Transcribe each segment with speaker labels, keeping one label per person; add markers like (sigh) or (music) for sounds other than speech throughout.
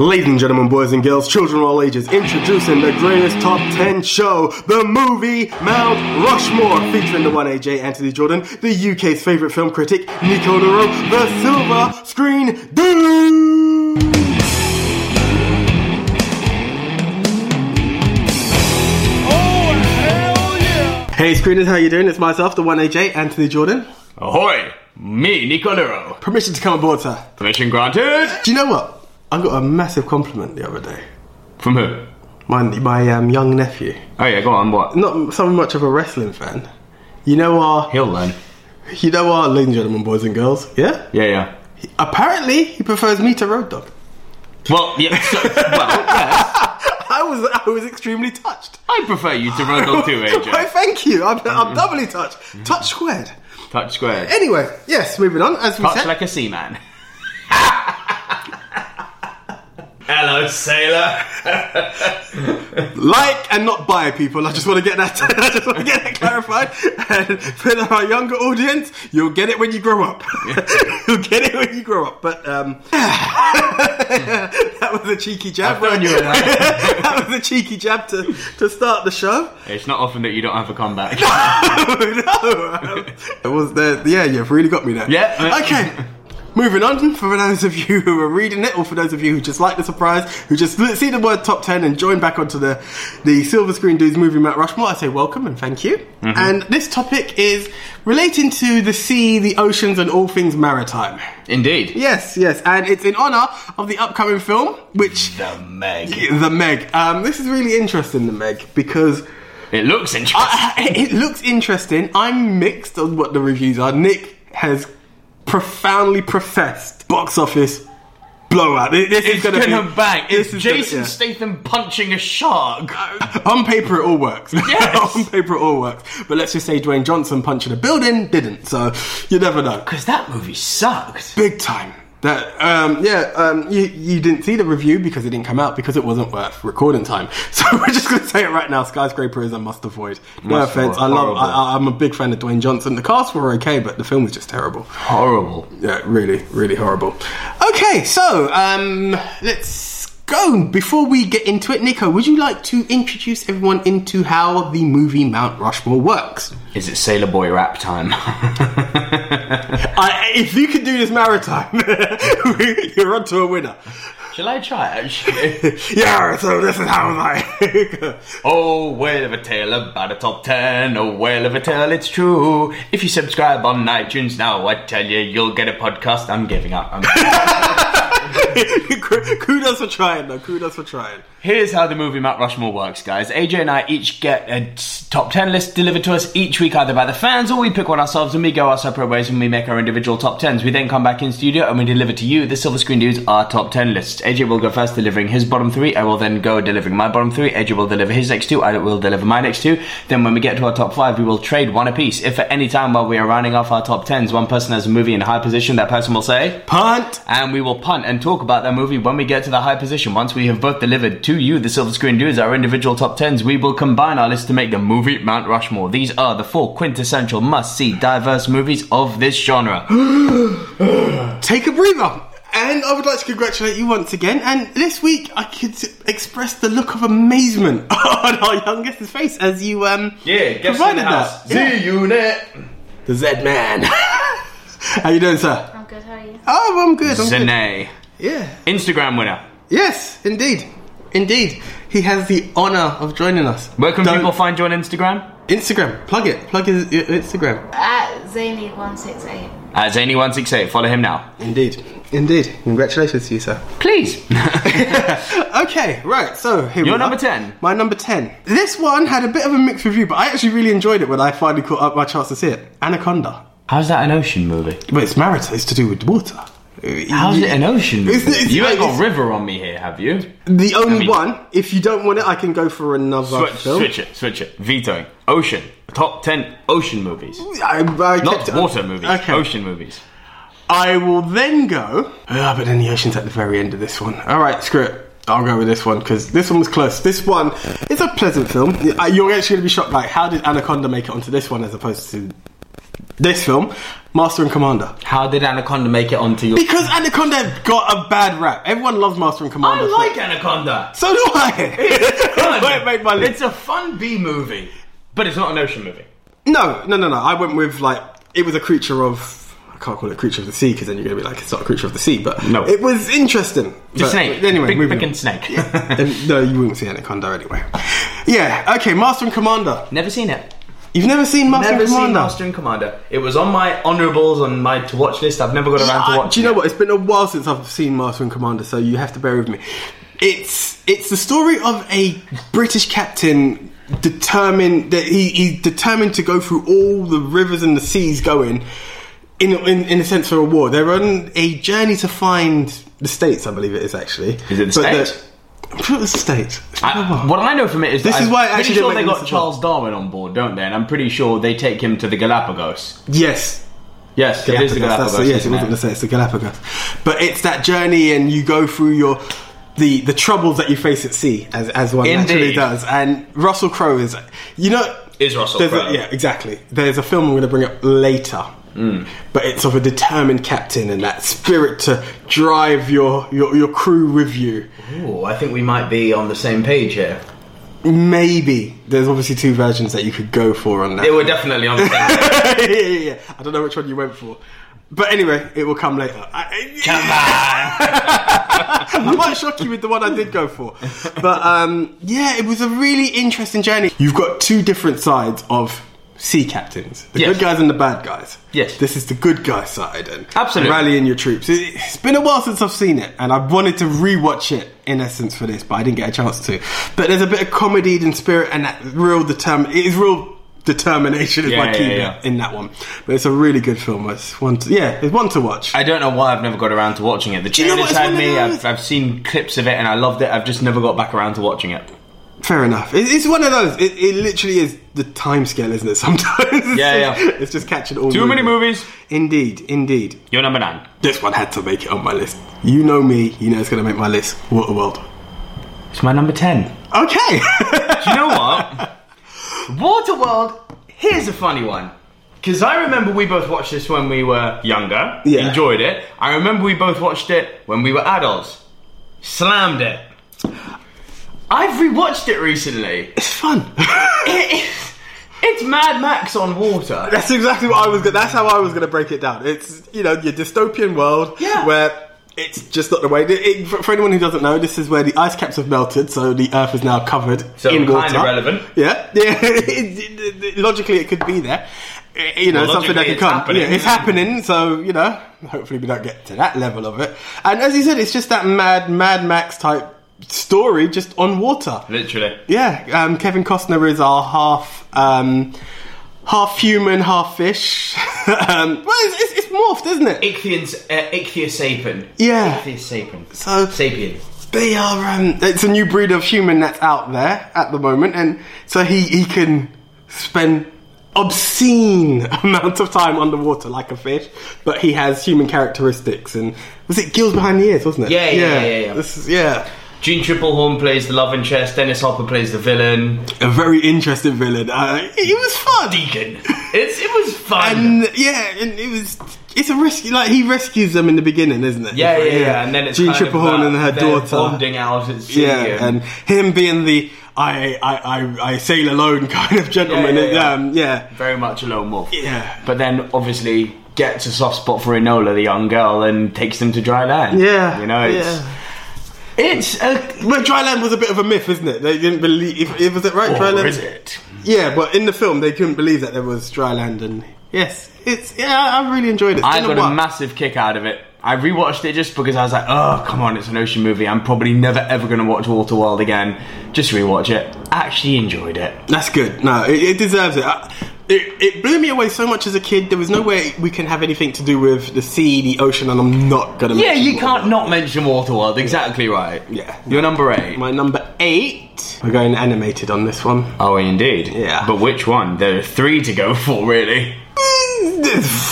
Speaker 1: Ladies and gentlemen, boys and girls, children of all ages, introducing the greatest top 10 show, the movie Mount Rushmore, featuring the one AJ Anthony Jordan, the UK's favourite film critic, Nico Nero, the Silver Screen Dude! Hey screeners, how you doing? It's myself, the one AJ, Anthony Jordan.
Speaker 2: Ahoy! Me, Nico Nero.
Speaker 1: Permission to come aboard, sir.
Speaker 2: Permission granted?
Speaker 1: Do you know what? I got a massive compliment the other day.
Speaker 2: From who?
Speaker 1: My, my um, young nephew.
Speaker 2: Oh yeah, go on, what?
Speaker 1: not so much of a wrestling fan. You know our,
Speaker 2: He'll learn.
Speaker 1: you know our, ladies and gentlemen, boys and girls. Yeah.
Speaker 2: Yeah, yeah.
Speaker 1: Apparently, he prefers me to Road Dog. (laughs)
Speaker 2: Well, yeah, so, well, (laughs) yes.
Speaker 1: I was, I was extremely touched.
Speaker 2: I prefer you to Road Dog
Speaker 1: (laughs)
Speaker 2: 2,
Speaker 1: Why,
Speaker 2: AJ.
Speaker 1: thank you. I'm, I'm doubly touched. Touch squared.
Speaker 2: Touch squared.
Speaker 1: Anyway, yes, moving on. As we
Speaker 2: Touch
Speaker 1: said,
Speaker 2: like a seaman. (laughs) Hello, sailor.
Speaker 1: like and not by people. I just want to get that. (laughs) I just want to get that clarified. And for our younger audience, you'll get it when you grow up. (laughs) you'll get it when you grow up. But um, (laughs) that was a cheeky jab.
Speaker 2: I've known you were that.
Speaker 1: (laughs) that was a cheeky jab to to start the show.
Speaker 2: It's not often that you don't have a comeback.
Speaker 1: no, it was the yeah. You've really got me there.
Speaker 2: Yeah.
Speaker 1: Okay. Moving on, for those of you who are reading it, or for those of you who just like the surprise, who just li- see the word top 10 and join back onto the, the Silver Screen Dudes movie Mount Rushmore, I say welcome and thank you. And this topic is relating to the sea, the oceans, and all things maritime.
Speaker 2: Indeed.
Speaker 1: Yes, yes, and it's in honour of the upcoming film, which.
Speaker 2: The Meg.
Speaker 1: The Meg. Um, this is really interesting, The Meg, because
Speaker 2: It looks interesting.
Speaker 1: I, I- it looks interesting. I'm mixed on what the reviews are. Nick has profoundly professed box office blowout. This this is
Speaker 2: it's
Speaker 1: gonna,
Speaker 2: gonna, Uh,
Speaker 1: be,
Speaker 2: (laughs) bang. It's
Speaker 1: this is gonna-
Speaker 2: Jason
Speaker 1: yeah.
Speaker 2: Statham punching a shark.
Speaker 1: on paper, it all works. (laughs)
Speaker 2: Yes.
Speaker 1: on paper, it all works. But let's just say Dwayne Johnson punching a building didn't. So you never know.
Speaker 2: Because that movie sucked.
Speaker 1: Big time. That um, yeah, um, you you didn't see the review because it didn't come out because it wasn't worth recording time. (laughs) So we're just gonna say it right now. Skyscraper is a must avoid. No
Speaker 2: Must
Speaker 1: offense, I
Speaker 2: avoid.
Speaker 1: love. I,
Speaker 2: Horrible.
Speaker 1: I- I'm a big fan of Dwayne Johnson. The cast were okay, but the film was just terrible.
Speaker 2: Horrible.
Speaker 1: Yeah, really, really horrible. Okay, so um, let's go. Before we get into it, Nico, would you like to introduce everyone into how the movie Mount Rushmore works?
Speaker 2: Is it Sailor Boy rap time?
Speaker 1: I, if you can do this maritime, (laughs) you're onto a winner.
Speaker 2: Shall I try it, actually?
Speaker 1: (laughs)
Speaker 2: (laughs)
Speaker 1: Yeah, so this is how I.
Speaker 2: oh, whale of a tale about a top ten. Oh, whale of a tale, it's true. If you subscribe on iTunes now, I tell you, you'll get a podcast. I'm giving up. I'm-
Speaker 1: (laughs) Kudos for trying, though. Kudos for trying.
Speaker 2: Here's how the movie Mount Rushmore works, guys. AJ and I each get a t- top ten list delivered to us each week, either by the fans or we pick one ourselves, and we go our separate ways when we make our individual top tens. We then come back in studio and we deliver to you, the Silver Screen Dudes, our top ten lists. AJ will go first, delivering his bottom three. I will then go delivering my bottom three. AJ will deliver his next two. I will deliver my next two. Then when we get to our top five, we will trade one apiece. If at any time while we are rounding off our top tens, one person has a movie in high position, that person will say
Speaker 1: Punt.
Speaker 2: and we will punt and talk about that movie when we get to the high position. Once we have both delivered to you, the Silver Screen Dudes, our individual top tens, we will combine our list to make the movie Mount Rushmore. These are the four quintessential must-see diverse movies of
Speaker 1: (gasps)
Speaker 2: this genre.
Speaker 1: Take a breather. And I would like to congratulate you once again. And this week, I could express the look of amazement (laughs) on our youngest's face as you um provided that. Yeah.
Speaker 2: Z-Unit.
Speaker 1: The Z man. (laughs) How you doing, sir?
Speaker 3: I'm good, how are you?
Speaker 1: Oh, I'm good. I'm good.
Speaker 2: Zene.
Speaker 1: Yeah.
Speaker 2: Instagram winner.
Speaker 1: Yes, indeed. Indeed. He has the honour of joining us.
Speaker 2: Where can
Speaker 1: Don't-
Speaker 2: people find you on Instagram?
Speaker 1: Instagram. Plug it. Plug his your Instagram.
Speaker 3: At Zany168.
Speaker 2: At Zany168. Follow him now.
Speaker 1: Indeed. Indeed. Congratulations to you, sir.
Speaker 2: Please.
Speaker 1: (laughs) Okay, right, so here we
Speaker 2: Your
Speaker 1: are.
Speaker 2: number 10.
Speaker 1: My number 10. This one had a bit of a mixed review, but I actually really enjoyed it when I finally caught up my chance to see it. Anaconda.
Speaker 2: How's that an ocean movie?
Speaker 1: But it's maritime, it's to do with water.
Speaker 2: How's it an ocean movie?
Speaker 1: It's- it's-
Speaker 2: you ain't got
Speaker 1: it's-
Speaker 2: river on me here, have you?
Speaker 1: The only
Speaker 2: mean-
Speaker 1: one, if you don't want it, I can go for another
Speaker 2: Switch,
Speaker 1: film.
Speaker 2: switch it, switch it. Vetoing. Ocean. Top 10 ocean movies.
Speaker 1: I, I
Speaker 2: Not
Speaker 1: kept it-
Speaker 2: water movies,
Speaker 1: Okay.
Speaker 2: ocean movies.
Speaker 1: I will then go. Ah, but then the ocean's at the very end of this one. All right, screw it. I'll go with this one because this one was close. This one is a pleasant film. Uh, You're actually going to be shocked. Like, how did Anaconda make it onto this one as opposed to this film, Master and Commander?
Speaker 2: How did Anaconda make it onto your.
Speaker 1: Because Anaconda got a bad rap. Everyone loves Master and Commander.
Speaker 2: I
Speaker 1: for- (laughs)
Speaker 2: like Anaconda.
Speaker 1: So do I. (laughs) That's why it made my list.
Speaker 2: It's a fun B movie, but it's not an ocean movie.
Speaker 1: No, no, no, no. I went with like it was a creature of I can't call it creature of the sea because then you're going to be like it's not a creature of the sea, but
Speaker 2: No.
Speaker 1: it was interesting.
Speaker 2: The
Speaker 1: But-
Speaker 2: snake.
Speaker 1: Anyway,
Speaker 2: big
Speaker 1: moving
Speaker 2: freaking
Speaker 1: on.
Speaker 2: snake. (laughs)
Speaker 1: And no, you wouldn't see Anaconda anyway. Yeah. Okay, Master and Commander.
Speaker 2: Never seen it.
Speaker 1: You've never seen Master
Speaker 2: Never
Speaker 1: and Commander.
Speaker 2: seen Master and Commander. It was on my honourables on my to watch list. I've never got around
Speaker 1: I-
Speaker 2: to watching.
Speaker 1: do you know
Speaker 2: it.
Speaker 1: what? It's been a while since I've seen Master and Commander, so you have to bear with me. It's it's the story of a British captain determined that he, he's determined to go through all the rivers and the seas going in in, in a sense for a war. They're on a journey to find the states, I believe it is actually.
Speaker 2: Is it the States?
Speaker 1: I'm sure it's the states.
Speaker 2: I, what I know from it is
Speaker 1: This
Speaker 2: that
Speaker 1: is
Speaker 2: I'm
Speaker 1: why it
Speaker 2: pretty
Speaker 1: actually
Speaker 2: sure
Speaker 1: didn't
Speaker 2: they
Speaker 1: make
Speaker 2: got
Speaker 1: the list at all.
Speaker 2: Charles Darwin on board, don't they? And I'm pretty sure they take him to the Galapagos.
Speaker 1: yes,
Speaker 2: Yes, it is the Galapagos.
Speaker 1: That's the- yes, it
Speaker 2: isn't
Speaker 1: wasn't
Speaker 2: it?
Speaker 1: the same. It's the Galapagos. But it's that journey, and you go through your the the troubles that you face at sea, as as one actually
Speaker 2: Indeed.
Speaker 1: does. And Russell Crowe is, you know,
Speaker 2: Is Russell
Speaker 1: there's a-
Speaker 2: Crowe.
Speaker 1: yeah, exactly. There's a film I'm going to bring up later.
Speaker 2: Mm.
Speaker 1: But it's of a determined captain and that spirit to drive your, your, your crew with you.
Speaker 2: Ooh, I think we might be on the same page here.
Speaker 1: Maybe there's obviously two versions that you could go for on that.
Speaker 2: They were definitely on the same (laughs)
Speaker 1: (laughs)
Speaker 2: page.
Speaker 1: yeah, yeah, yeah. I don't know which one you went for. But anyway, it will come later. I, (laughs) I might shock you with the one I did go for. But um, yeah, it was a really interesting journey. You've got two different sides of sea captains the
Speaker 2: Yes.
Speaker 1: good guys and the bad guys.
Speaker 2: Yes.
Speaker 1: This is the good guy side and
Speaker 2: Absolutely.
Speaker 1: rallying your troops. It, it's been a while since I've seen it and I wanted to rewatch it in essence for this, but I didn't get a chance to. But there's a bit of comedy and spirit and that real determin. It is real determination is
Speaker 2: Yeah,
Speaker 1: my key
Speaker 2: yeah,
Speaker 1: bit
Speaker 2: yeah.
Speaker 1: in that one. But it's a really good film. It's one to, yeah, it's one to watch.
Speaker 2: I don't know why I've never got around to watching it. The
Speaker 1: you know
Speaker 2: trailers
Speaker 1: what, it's
Speaker 2: had
Speaker 1: one of
Speaker 2: me.
Speaker 1: those-
Speaker 2: I've, I've seen clips of it and I loved it. I've just never got back around to watching it.
Speaker 1: Fair enough. It, it's one of those. It, it literally is the time scale, isn't it? (laughs) Sometimes. It's
Speaker 2: Yeah,
Speaker 1: just,
Speaker 2: yeah.
Speaker 1: It's just catching all.
Speaker 2: Too many movies.
Speaker 1: Indeed, indeed.
Speaker 2: You're number nine.
Speaker 1: This one had to make it on my list. You know me. You know it's going to make my list. Waterworld.
Speaker 2: It's my number ten.
Speaker 1: Okay. (laughs)
Speaker 2: Do you know what? (laughs) Waterworld, here's a funny one. Because I remember we both watched this when we were younger,
Speaker 1: Yeah.
Speaker 2: enjoyed it. I remember we both watched it when we were adults, slammed it. I've rewatched it recently.
Speaker 1: it's fun.
Speaker 2: It is- it's Mad Max on water.
Speaker 1: (laughs) That's exactly what I was. Gonna, that's how I was going to break it down. It's you know your dystopian world
Speaker 2: Yeah.
Speaker 1: where it's just not the way. It, it- for, for anyone who doesn't know, this is where the ice caps have melted, so the Earth is now covered
Speaker 2: So
Speaker 1: in
Speaker 2: kinda
Speaker 1: water.
Speaker 2: relevant.
Speaker 1: Yeah, (laughs) yeah. It- it- it- logically, it could be there. Eh, You know,
Speaker 2: Well,
Speaker 1: something that could
Speaker 2: logically, it's
Speaker 1: come.
Speaker 2: happening.
Speaker 1: Yeah, it's happening. So you know, hopefully we don't get to that level of it. And as you said, it's just that mad Mad Max type story, just on water.
Speaker 2: Literally.
Speaker 1: Yeah, um, Kevin Costner is our half um, half human, half fish. (laughs) um, well, it's, it's, it's morphed, isn't it?
Speaker 2: Ichthyans, uh, ichthyosapin.
Speaker 1: Yeah.
Speaker 2: Ichthyosapin.
Speaker 1: So-
Speaker 2: Sapien.
Speaker 1: They are. Um, it's a new breed of human that's out there at the moment, and so he he can spend obscene (laughs) amounts of time underwater like a fish, but he has human characteristics. And was it gills behind the ears, wasn't it?
Speaker 2: Yeah, yeah, yeah, yeah, yeah.
Speaker 1: This is, yeah.
Speaker 2: Gene Triplehorn plays the love interest. Dennis Hopper plays the villain.
Speaker 1: A very interesting villain. Uh, it, it was fun.
Speaker 2: Deacon. It's, it was fun.
Speaker 1: and yeah, and it was. It's a rescue. Like he rescues them in the beginning, isn't it?
Speaker 2: Yeah, yeah, yeah, And then it's
Speaker 1: Gene
Speaker 2: kind of
Speaker 1: Triplehorn
Speaker 2: that
Speaker 1: and her
Speaker 2: they're
Speaker 1: daughter.
Speaker 2: bonding out at sea.
Speaker 1: yeah, and him being the I I I, I sail alone (laughs) kind of gentleman.
Speaker 2: Yeah,
Speaker 1: Yeah,
Speaker 2: yeah, yeah.
Speaker 1: Um, yeah.
Speaker 2: very much a lone wolf.
Speaker 1: Yeah.
Speaker 2: But then obviously gets a soft spot for Enola, the young girl, and takes them to dry land.
Speaker 1: Yeah,
Speaker 2: you know, it's
Speaker 1: yeah.
Speaker 2: it's a.
Speaker 1: Well, Dryland was a bit of a myth, isn't it? They didn't believe. If, if, was it right,
Speaker 2: Or
Speaker 1: Dryland?
Speaker 2: is it?
Speaker 1: Yeah, but in the film, they couldn't believe that there was Dryland, and yes, it's yeah, I I really enjoyed it. It's
Speaker 2: I
Speaker 1: been a
Speaker 2: got a
Speaker 1: while.
Speaker 2: massive kick out of it. I rewatched it just because I was like, oh, come on, it's an ocean movie. I'm probably never ever going to watch Waterworld again. Just rewatch it. Actually enjoyed it.
Speaker 1: That's good. No, it, it deserves it. I, it. It blew me away so much as a kid. There was no way we can have anything to do with the sea, the ocean, and I'm not gonna.
Speaker 2: Yeah,
Speaker 1: mention
Speaker 2: you
Speaker 1: it.
Speaker 2: can't not mention Waterworld. Exactly right.
Speaker 1: Yeah.
Speaker 2: You're number eight.
Speaker 1: My number eight. We're going animated on this one.
Speaker 2: Oh, indeed.
Speaker 1: Yeah.
Speaker 2: But which one? There are three to go (laughs) for, really.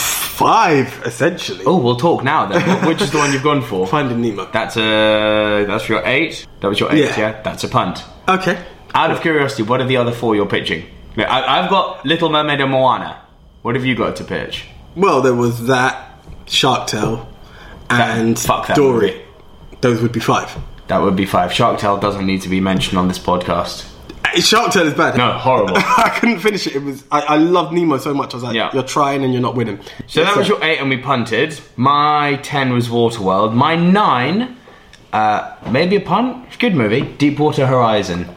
Speaker 1: Five, essentially.
Speaker 2: Oh, we'll talk now then. But which is the one you've gone (laughs) for?
Speaker 1: Finding Nemo.
Speaker 2: That's a. That's your eight. That was your eight.
Speaker 1: Yeah.
Speaker 2: Yeah. That's a punt.
Speaker 1: Okay.
Speaker 2: Out of curiosity, what are the other four you're pitching? No, I, I've got Little Mermaid and Moana. What have you got to pitch?
Speaker 1: Well, there was that Shark Tale and
Speaker 2: fuck that
Speaker 1: Dory.
Speaker 2: movie.
Speaker 1: Those would be five.
Speaker 2: That would be five. Shark Tale doesn't need to be mentioned on this podcast.
Speaker 1: Uh, Shark Tale is bad.
Speaker 2: No, horrible.
Speaker 1: (laughs) I couldn't finish it. It was I, I loved Nemo so much. I was like,
Speaker 2: Yeah.
Speaker 1: you're trying and you're not winning.
Speaker 2: So that was your eight, and we punted. My ten was Waterworld. My nine, uh, maybe a punt. Good movie, Deepwater Horizon.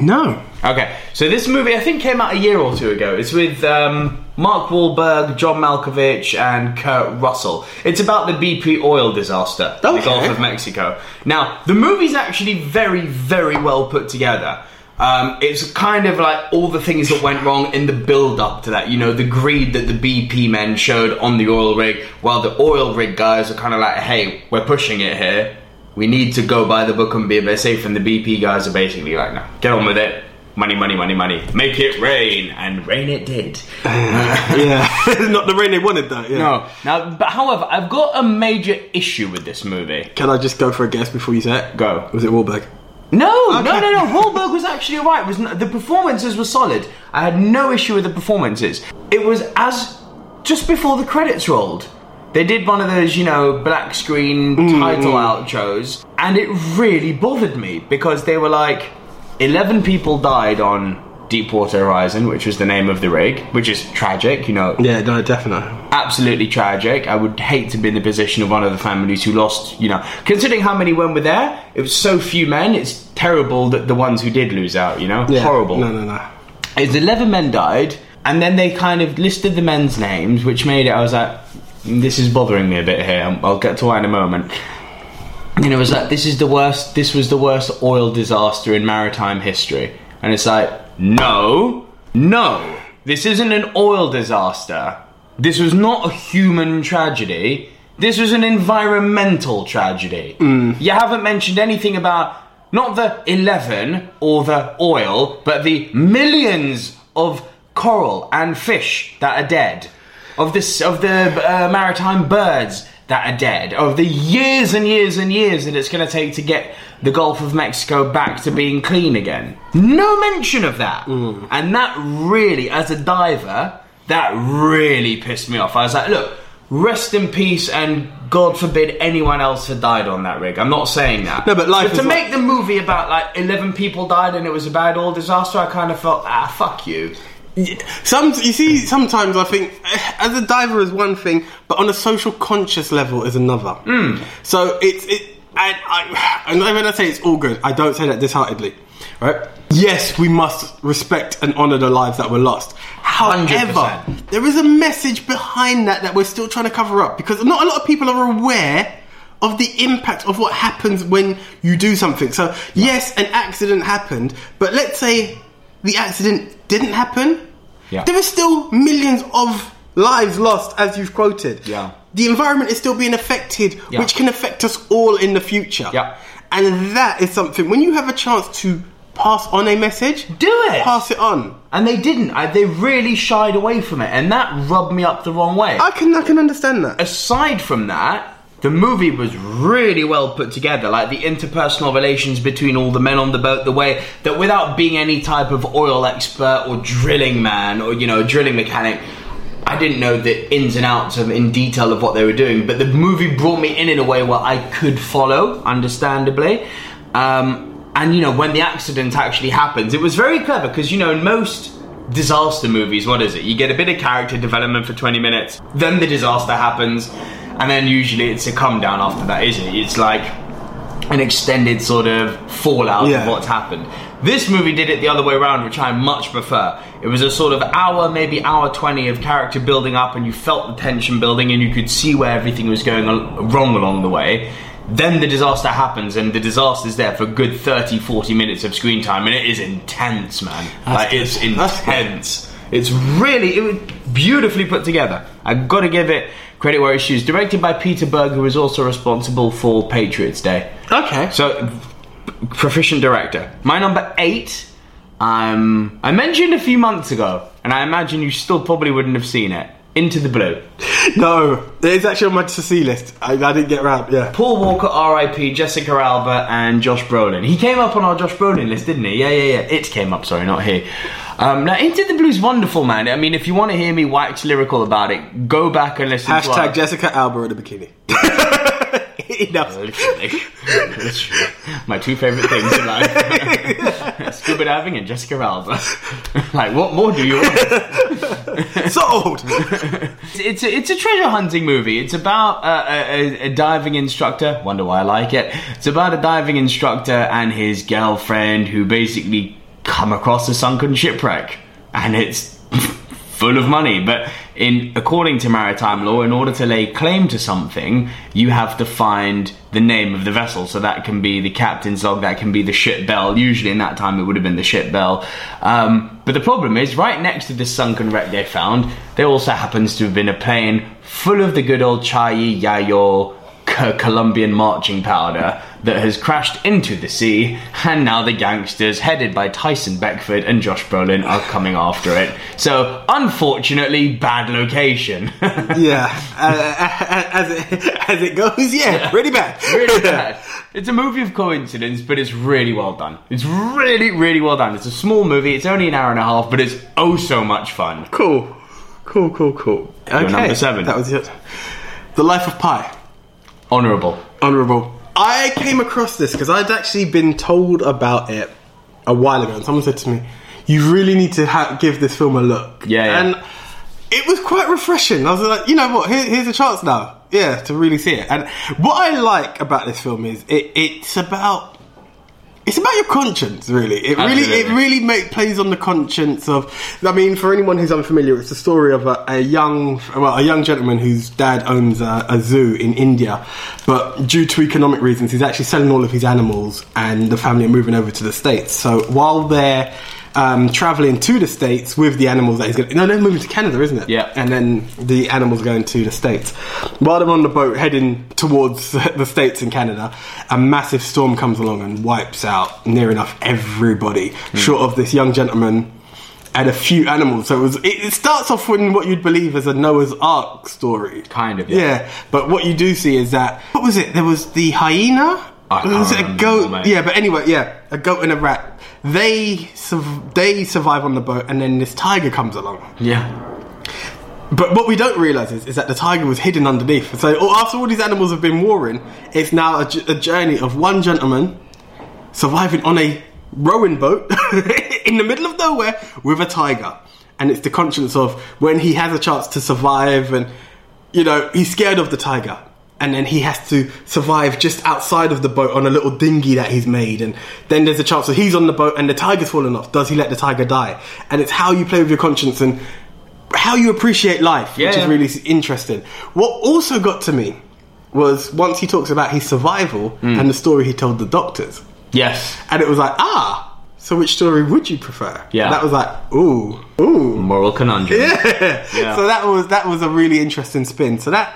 Speaker 1: no.
Speaker 2: Okay, so this movie I think came out a year or two ago. It's with um, Mark Wahlberg, John Malkovich, and Kurt Russell. It's about the BP oil disaster in the
Speaker 1: Okay.
Speaker 2: Gulf of Mexico. Now, the movie's actually very, very well put together. Um, it's kind of like all the things that went wrong in the build up to that. You know, the greed that the BP men showed on the oil rig, while the oil rig guys are kind of like, hey, we're pushing it here. We need to go by the book and be a bit safe. And the BP guys are basically like, no, get on with it. Money, money, money, money. Make it rain. And rain it did.
Speaker 1: Yeah, (laughs) not the rain they wanted though. Yeah.
Speaker 2: No. Now, but however, I've got a major issue with this movie.
Speaker 1: Can I just go for a guess before you say it?
Speaker 2: Go.
Speaker 1: Was it Wahlberg?
Speaker 2: No, no,
Speaker 1: Okay.
Speaker 2: no, no. Wahlberg was actually alright. Was n the performances were solid. I had no issue with the performances. It was as just before the credits rolled. They did one of those, you know, black screen title outros, and it really bothered me because they were like, eleven people died on Deepwater Horizon, which was the name of the rig, which is tragic. You know,
Speaker 1: Yeah, no, definitely.
Speaker 2: absolutely tragic. I would hate to be in the position of one of the families who lost, you know, considering how many when were there, it was so few men, it's terrible that the ones who did lose out, you know?
Speaker 1: Yeah.
Speaker 2: Horrible.
Speaker 1: No, no, no.
Speaker 2: It's 11 men died, and then they kind of listed the men's names, which made it, I was like, "Mm, this is bothering me a bit here. I'll get to why in a moment. And it was like, this is the worst, this was the worst oil disaster in maritime history. And it's like, no, no, this isn't an oil disaster. This was not a human tragedy. This was an environmental tragedy. You haven't mentioned anything about not the 11 or the oil, but the millions of coral and fish that are dead of this of the uh, maritime birds that are dead of the years and years and years that it's going to take to get the Gulf of Mexico back to being clean again. No mention of that,
Speaker 1: Mm.
Speaker 2: and that really, as a diver, that really pissed me off. I was like, look. Rest in peace, and God forbid anyone else had died on that rig. I'm not saying that.
Speaker 1: No, but life
Speaker 2: to
Speaker 1: is
Speaker 2: make
Speaker 1: like-
Speaker 2: the movie about like 11 people died and it was a bad oil disaster, I kind of felt ah fuck you.
Speaker 1: Some you see, sometimes I think eh, as a diver is one thing, but on a social conscious level is another. So it's it, and I and when I say it's all good, I don't say that disheartedly, right? Yes, we must respect and honour the lives that were lost. However,
Speaker 2: 100%.
Speaker 1: there is a message behind that that we're still trying to cover up because not a lot of people are aware. Of the impact of what happens when you do something. So, yes, an accident happened, but let's say the accident didn't happen,
Speaker 2: Yeah.
Speaker 1: there are still millions of lives lost, as you've quoted.
Speaker 2: Yeah.
Speaker 1: The environment is still being affected,
Speaker 2: Yeah.
Speaker 1: which can affect us all in the future.
Speaker 2: Yeah.
Speaker 1: And that is something. When you have a chance to pass on a message,
Speaker 2: Do it!
Speaker 1: Pass it on.
Speaker 2: And they didn't. I, they really shied away from it, and that rubbed me up the wrong way.
Speaker 1: I can I can understand that.
Speaker 2: Aside from that, the movie was really well put together. Like the interpersonal relations between all the men on the boat, the way that without being any type of oil expert or drilling man or, you know, drilling mechanic, I didn't know the ins and outs of in detail of what they were doing, but the movie brought me in in a way where I could follow, understandably. Um, and you know, when the accident actually happens, it was very clever because you know, in most disaster movies, what is it? You get a bit of character development for 20 minutes, then the disaster happens, and then usually it's a come down after that, isn't it? It's like an extended sort of fallout
Speaker 1: Yeah.
Speaker 2: of what's happened. This movie did it the other way around, which I much prefer. It was a sort of hour, maybe hour 20 of character building up, and you felt the tension building, and you could see where everything was going al- wrong along the way. Then the disaster happens, and the disaster's there for a good 30, 40 minutes of screen time, and it is intense, man. like, it's
Speaker 1: That's good.
Speaker 2: intense. It's really it was beautifully put together. I've got to give it credit where it's due. It's Directed by Peter Berg, who is also responsible for Patriots Day.
Speaker 1: Okay.
Speaker 2: So, proficient director. My number eight. Um, I mentioned a few months ago, and I imagine you still probably wouldn't have seen it. Into the Blue.
Speaker 1: No, it's actually on my to see list. I, I didn't get around. Yeah.
Speaker 2: Paul Walker, R.I.P. Jessica Alba, and Josh Brolin. He came up on our Josh Brolin list, didn't he? Yeah, yeah, yeah. It came up. Sorry, not he. Um, now, Into the Blue's wonderful, man. I mean, if you want to hear me wax lyrical about it, go back and listen. to our-
Speaker 1: Hashtag Jessica Alba in a bikini. (laughs) Enough.
Speaker 2: Literally. Literally. My two favourite things in life. (laughs) Scuba diving and Jessica Alba. (laughs) like, what more do you want?
Speaker 1: Sold.
Speaker 2: It's a, it's a treasure hunting movie. It's about uh, a, a, a diving instructor. Wonder why I like it. It's about a diving instructor and his girlfriend who basically come across a sunken shipwreck. And it's (laughs) full of money. But in according to maritime law, in order to lay claim to something, you have to find the name of the vessel. So that can be the captain's log, that can be the ship bell. Usually in that time, it would have been the ship bell. Um, but the problem is, right next to this sunken wreck they found, there also happens to have been a plane full of the good old chai yayo C- Colombian marching powder that has crashed into the sea, and now the gangsters, headed by Tyson Beckford and Josh Brolin, are coming after it. So, unfortunately, bad location. (laughs)
Speaker 1: Yeah. Uh, as it as it goes. Yeah. Really bad. (laughs)
Speaker 2: really bad. It's a movie of coincidence, but it's really well done. It's really, really well done. It's a small movie, it's only an hour and a half, but it's oh so much fun.
Speaker 1: Cool. Cool. Cool. Cool.
Speaker 2: You're number seven.
Speaker 1: That was it. The Life of Pi.
Speaker 2: Honourable.
Speaker 1: Honourable. I came across this because I'd actually been told about it a while ago, and someone said to me, "You really need to ha- give this film a look."
Speaker 2: Yeah, yeah.
Speaker 1: and it was quite refreshing. I was like, you know what? Here, here's a chance now, yeah, to really see it. And what I like about this film is it, it's about it's about your conscience, really. It really, it
Speaker 2: Absolutely.
Speaker 1: really make, plays on the conscience of. I mean, for anyone who's unfamiliar, it's the story of a, a young, well, a young gentleman whose dad owns a, a zoo in India, but due to economic reasons, he's actually selling all of his animals, and the family are moving over to the states. So while they're um, traveling to the states with the animals that he's going, to... no, they're moving to Canada, isn't it?
Speaker 2: Yeah.
Speaker 1: and then the animals going to the states. While they're on the boat heading towards (laughs) the states in Canada, a massive storm comes along and wipes out near enough everybody,
Speaker 2: Hmm.
Speaker 1: short of this young gentleman and a few animals. So it was. It, it starts off in what you'd believe as a Noah's Ark story,
Speaker 2: Kind of, yeah.
Speaker 1: But what you do see is that what was it? There was the hyena.
Speaker 2: I can't
Speaker 1: was it a
Speaker 2: remember,
Speaker 1: goat?
Speaker 2: mate.
Speaker 1: Yeah, but anyway, yeah, a goat and a rat. They surv- they survive on the boat, and then this tiger comes along.
Speaker 2: Yeah.
Speaker 1: But what we don't realise is, is that the tiger was hidden underneath. So all- after all these animals have been warring, it's now a, j- a journey of one gentleman surviving on a rowing boat (laughs) in the middle of nowhere with a tiger. And it's the conscience of when he has a chance to survive and, you know, he's scared of the tiger. And then he has to survive just outside of the boat on a little dinghy that he's made. And then there's a chance that he's on the boat and the tiger's fallen off. Does he let the tiger die? And it's how you play with your conscience and how you appreciate life, which
Speaker 2: Yeah.
Speaker 1: is really s- interesting. What also got to me was once he talks about his survival and the story he told the doctors
Speaker 2: Yes.
Speaker 1: and it was like, ah, so which story would you prefer?
Speaker 2: Yeah.
Speaker 1: that was like, ooh, ooh. (laughs)
Speaker 2: Moral conundrum. Yeah.
Speaker 1: So that was that was a really interesting spin. So that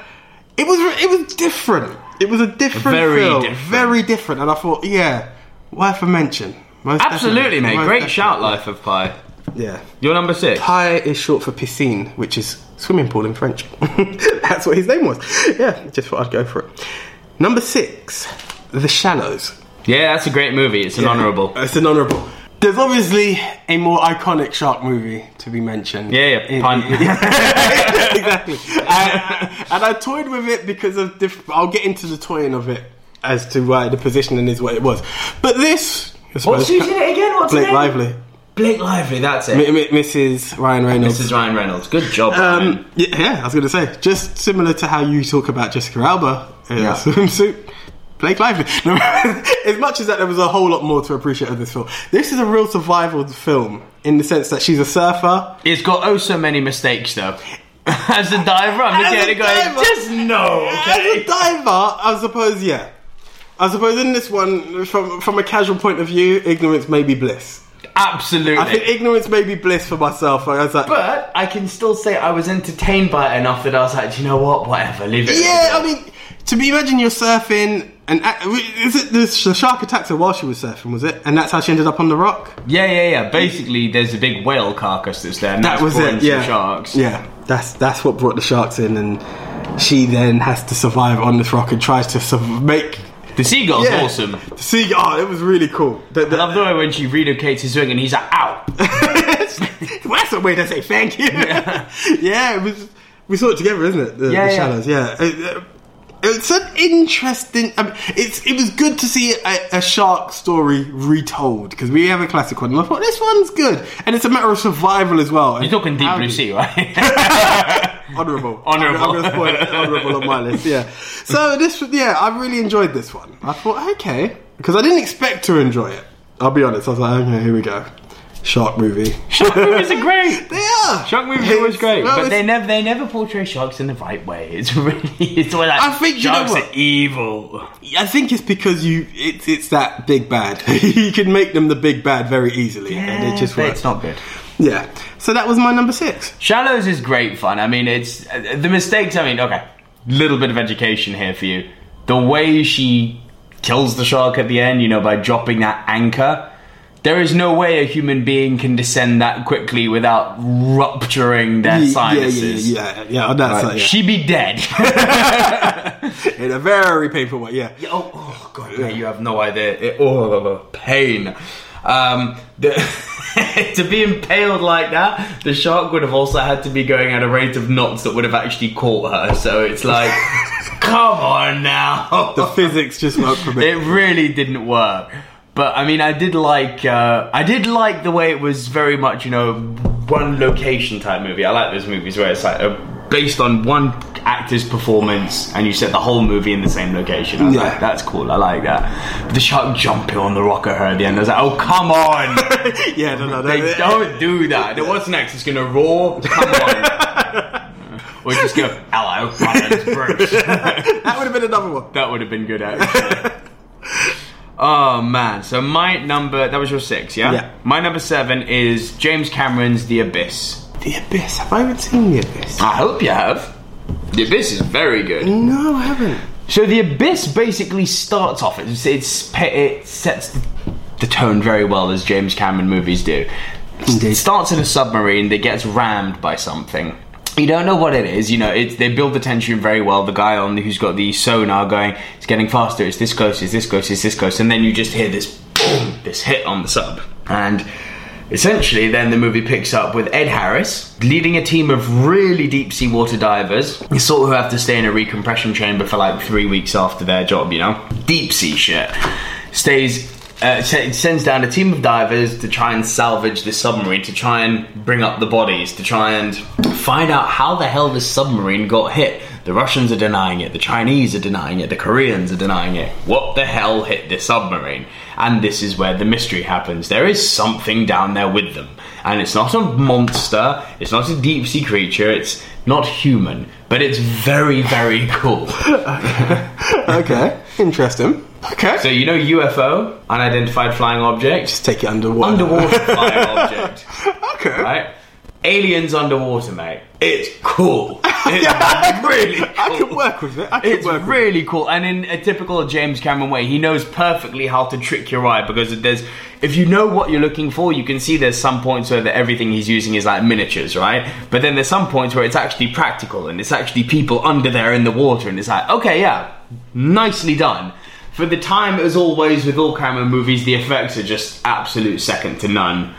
Speaker 1: it was it was different. It was a different
Speaker 2: Very
Speaker 1: film,
Speaker 2: different.
Speaker 1: very different. And I thought, yeah, worth a mention. Most
Speaker 2: Absolutely,
Speaker 1: definitely.
Speaker 2: mate.
Speaker 1: Most
Speaker 2: Great
Speaker 1: definitely.
Speaker 2: shout, Life of Pi.
Speaker 1: Yeah.
Speaker 2: You're number six.
Speaker 1: Pi is short for piscine, which is swimming pool in French. (laughs) That's what his name was. Yeah, just thought I'd go for it. Number six, The Shallows.
Speaker 2: Yeah, that's a great movie. It's an honourable.
Speaker 1: (laughs) It's an honourable. There's obviously a more iconic shark movie to be mentioned.
Speaker 2: Yeah, yeah,
Speaker 1: (laughs) It-
Speaker 2: pun.
Speaker 1: exactly. I, and I toyed with it because of. Diff- I'll get into the toying of it as to why the positioning is what it was. But this. I suppose-
Speaker 2: What's who's in it again? What's
Speaker 1: Blake
Speaker 2: his name?
Speaker 1: Lively.
Speaker 2: Blake Lively, that's it.
Speaker 1: M- m- Mrs. Ryan Reynolds.
Speaker 2: Mrs. Ryan Reynolds. Good job.
Speaker 1: Um,
Speaker 2: Ryan.
Speaker 1: y- yeah, I was going to say, just similar to how you talk about Jessica Alba in
Speaker 2: Yeah.
Speaker 1: a (laughs) swimsuit. Blake Lively. (laughs) No, as much as that, there was a whole lot more to appreciate of this film. This is a real survival film in the sense that she's a
Speaker 2: (laughs)
Speaker 1: surfer.
Speaker 2: It's got oh so many mistakes though. (laughs) As a diver, I'm looking
Speaker 1: As
Speaker 2: at
Speaker 1: a
Speaker 2: it going,
Speaker 1: diver.
Speaker 2: just no.
Speaker 1: As a
Speaker 2: Okay.
Speaker 1: diver, I suppose, yeah. I suppose in this one, from from a casual point of view, ignorance may be bliss.
Speaker 2: Absolutely.
Speaker 1: I think ignorance may be bliss for myself. I was like,
Speaker 2: but I can still say I was entertained by it enough that I was like, "Do you know what? Whatever, leave it.
Speaker 1: Yeah, um, I mean, to be imagine you're surfing and a- is it the, sh- the shark attacked her while she was surfing, was it? And that's how she ended up on the rock.
Speaker 2: yeah, yeah, yeah. Basically, there's a big whale carcass that's there. And
Speaker 1: That
Speaker 2: that's
Speaker 1: was
Speaker 2: pulling
Speaker 1: it.
Speaker 2: some
Speaker 1: Yeah,
Speaker 2: Sharks.
Speaker 1: Yeah, that's that's what brought the sharks in, and she then has to survive on this rock and tries to sur- make.
Speaker 2: The seagull's
Speaker 1: Yeah.
Speaker 2: awesome.
Speaker 1: See, oh, it was really cool. The-
Speaker 2: I
Speaker 1: the-
Speaker 2: love the way when she relocates his wing and he's like, "Ow!"
Speaker 1: (laughs) well, that's a way to say thank you. Yeah, (laughs) it was, we saw it together, isn't it? The,
Speaker 2: Yeah,
Speaker 1: the
Speaker 2: yeah.
Speaker 1: shallows. Yeah. It- it- it's an interesting. I mean, it's it was good to see a, a shark story retold because we have a classic one. And I thought this one's good, and it's a matter of survival as well.
Speaker 2: You're talking deep blue sea, right? (laughs)
Speaker 1: Honorable,
Speaker 2: Honourable.
Speaker 1: I'm, gonna spoil it. Honourable on my list. Yeah. So this, yeah, I really enjoyed this one. I thought okay, because I didn't expect to enjoy it. I'll be honest. I was like, okay, here we go, shark movie.
Speaker 2: Shark movies
Speaker 1: (laughs)
Speaker 2: are great.
Speaker 1: They are.
Speaker 2: Shark movies are
Speaker 1: It's-
Speaker 2: always great,
Speaker 1: well,
Speaker 2: but they
Speaker 1: it's-
Speaker 2: never they never portray sharks in the right way. It's really (laughs) it's all like
Speaker 1: I think you know
Speaker 2: sharks
Speaker 1: what?
Speaker 2: are evil.
Speaker 1: I think it's because you it's it's that big bad. (laughs) you can make them the big bad very easily, and it just
Speaker 2: but
Speaker 1: works.
Speaker 2: it's not good.
Speaker 1: Yeah. So that was my number six.
Speaker 2: Shallows is great fun. I mean, it's uh, the mistakes. I mean, okay, little bit of education here for you. The way she kills the shark at the end, you know, by dropping that anchor. There is no way a human being can descend that quickly without rupturing their
Speaker 1: yeah, yeah,
Speaker 2: sinuses.
Speaker 1: yeah, yeah, yeah. oh, On that side, yeah.
Speaker 2: She be dead. (laughs)
Speaker 1: in a very painful way. Yeah.
Speaker 2: Oh, oh god, mate, you have no idea. It, oh, pain. Um, the, (laughs) to be impaled like that, the shark would have also had to be going at a rate of knots that would have actually caught her. So it's like, (laughs) come on now.
Speaker 1: The physics just worked for me.
Speaker 2: it really didn't work. But I mean, I did like uh, I did like the way it was very much you know one location type movie. I like those movies where it's like uh, based on one actor's performance, and you set the whole movie in the same location. I was
Speaker 1: Yeah.
Speaker 2: like, that's cool. I like that. But the shark jumping on the rock at her at the end. I was like, oh come on!
Speaker 1: (laughs) yeah, no, no, no.
Speaker 2: they don't do that. Then What's next? It's gonna roar. Come on.
Speaker 1: (laughs)
Speaker 2: Or just go, hello, my name's Bruce.
Speaker 1: That would have been another one.
Speaker 2: That would have been good, actually. oh man! So my number that was your six, yeah.
Speaker 1: Yeah.
Speaker 2: My number seven is James Cameron's The Abyss.
Speaker 1: The Abyss. Have I even seen The Abyss?
Speaker 2: I hope you have. The Abyss is very good.
Speaker 1: No, I haven't.
Speaker 2: So The Abyss basically starts off. It's, it's pa- it sets the, the tone very well as James Cameron movies do. It starts in a submarine that gets rammed by something. You don't know what it is. You know, it's, they build the tension very well. The guy on who's got the sonar going, it's getting faster. It's this close. It's this close. It's this close. And then you just hear this boom, this hit on the sub, and Essentially, then the movie picks up with Ed Harris leading a team of really deep sea water divers, the sort who have to stay in a recompression chamber for like three weeks after their job, you know? Deep sea shit. Stays, uh, s- sends down a team of divers to try and salvage this submarine, to try and bring up the bodies, to try and find out how the hell this submarine got hit. The Russians are denying it, the Chinese are denying it, the Koreans are denying it. What the hell hit this submarine? And this is where the mystery happens. There is something down there with them. And it's not a monster, it's not a deep sea creature, it's not human, but it's very, very (laughs) cool.
Speaker 1: Okay, interesting. Okay.
Speaker 2: so, you know, UFO, unidentified flying object,
Speaker 1: Just take it underwater.
Speaker 2: underwater flying object,
Speaker 1: (laughs) Okay.
Speaker 2: right? Aliens underwater, mate. It's cool. It's really cool.
Speaker 1: I could work with it. I could
Speaker 2: It's
Speaker 1: work with it.
Speaker 2: really cool, and in a typical James Cameron way, he knows perfectly how to trick your eye because there's, if you know what you're looking for, you can see there's some points where that everything he's using is like miniatures, right? But then there's some points where it's actually practical and it's actually people under there in the water, and it's like, okay, yeah, nicely done. For the time, as always with all Cameron movies, the effects are just absolute second to none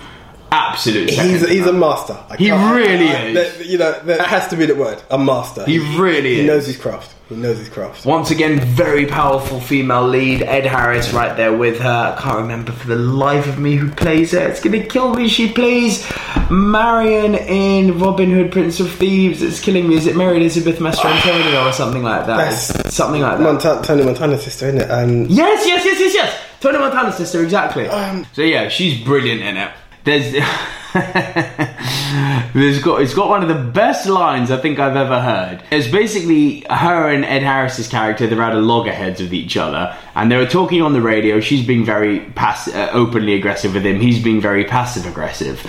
Speaker 2: absolute second.
Speaker 1: He's, he's a master. I
Speaker 2: He
Speaker 1: can't-
Speaker 2: really is.
Speaker 1: that- you know, that has to be the word. A master.
Speaker 2: He really
Speaker 1: He
Speaker 2: is.
Speaker 1: knows his craft. He knows his craft.
Speaker 2: Once again, very powerful female lead. Ed Harris right there with her. I can't remember for the life of me who plays her. It's gonna kill me. She plays Marion in Robin Hood, Prince of Thieves. It's killing me. Is it Mary Elizabeth Mastrantonio or something like that?
Speaker 1: That's-
Speaker 2: something like that.
Speaker 1: Monta- Tony Montana's sister, isn't it? Um,
Speaker 2: Yes, yes, yes, yes, yes. Tony Montana's sister, exactly. so yeah, she's brilliant in it. There's, (laughs) there's got it's got one of the best lines I think I've ever heard. It's basically her and Ed Harris's character. They're at a loggerheads with each other, and they were talking on the radio. She's being very pass- uh, openly aggressive with him. He's being very passive aggressive.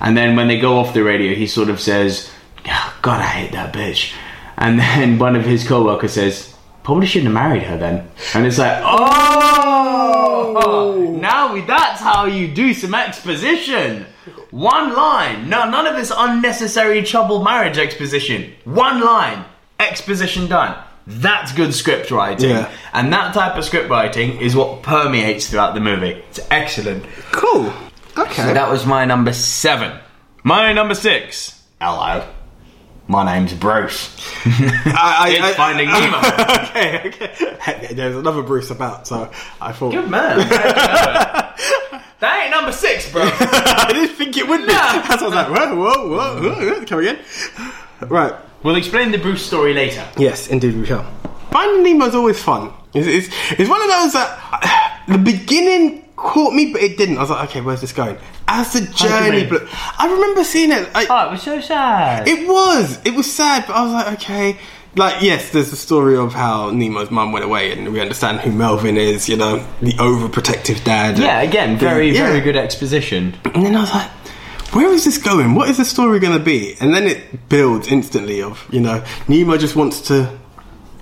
Speaker 2: And then when they go off the radio, he sort of says, "Ah, "God, I hate that bitch." And then (laughs) one of his co-workers says, Probably shouldn't have married her then. And it's like, oh, now we, that's how you do some exposition. One line. No, none of this unnecessary troubled marriage exposition. One line. Exposition done. That's good script writing.
Speaker 1: Yeah.
Speaker 2: And that type of script writing is what permeates throughout the movie. It's excellent.
Speaker 1: cool. Okay.
Speaker 2: So that was my number seven. My number six. Hello. My name's (laughs) Bruce.
Speaker 1: I, I,
Speaker 2: It's
Speaker 1: I-
Speaker 2: Finding
Speaker 1: I- (laughs) (laughs) okay,
Speaker 2: Nemo.
Speaker 1: okay. There's another Bruce about, so I thought.
Speaker 2: Good man. that ain't number six,
Speaker 1: (laughs)
Speaker 2: bro.
Speaker 1: I didn't think it would be.
Speaker 2: (laughs)
Speaker 1: (laughs)
Speaker 2: No.
Speaker 1: That's what I was like, whoa, whoa, whoa, whoa, whoa. Come again. Right.
Speaker 2: we'll explain the Bruce story later.
Speaker 1: Yes, indeed we shall. Finding Nemo's always fun. It's, it's, it's one of those that (sighs) the beginning caught me, but it didn't. I was like, okay, where's this going? As the journey,
Speaker 2: mean? Oh,
Speaker 1: blew, I remember seeing it. I,
Speaker 2: it was so sad.
Speaker 1: It was. It was sad, but I was like, okay. Like, yes, there's the story of how Nemo's mum went away, and we understand who Melvin is, you know, the overprotective dad.
Speaker 2: yeah, again, very,
Speaker 1: Yeah.
Speaker 2: very good exposition.
Speaker 1: And then I was like, where is this going? What is the story going to be? And then it builds instantly of, you know, Nemo just wants to.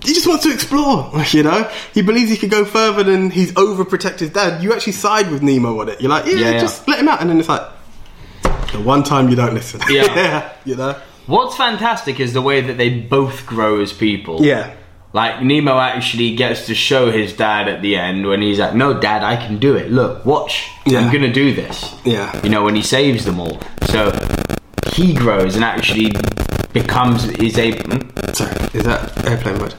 Speaker 1: He just wants to explore, (laughs) you know? He believes he could go further than his overprotective dad. You actually side with Nemo on it. You're like, yeah,
Speaker 2: Yeah, yeah.
Speaker 1: just let him out. And then it's like, the one time you don't listen.
Speaker 2: Yeah.
Speaker 1: (laughs) you know?
Speaker 2: What's fantastic is the way that they both grow as people.
Speaker 1: Yeah.
Speaker 2: Like, Nemo actually gets to show his dad at the end when he's like, No, dad, I can do it. Look, watch.
Speaker 1: Yeah.
Speaker 2: I'm going to do this.
Speaker 1: Yeah.
Speaker 2: You know, when he saves them all. So he grows and actually becomes, is a. mm,
Speaker 1: Sorry, is that airplane mode?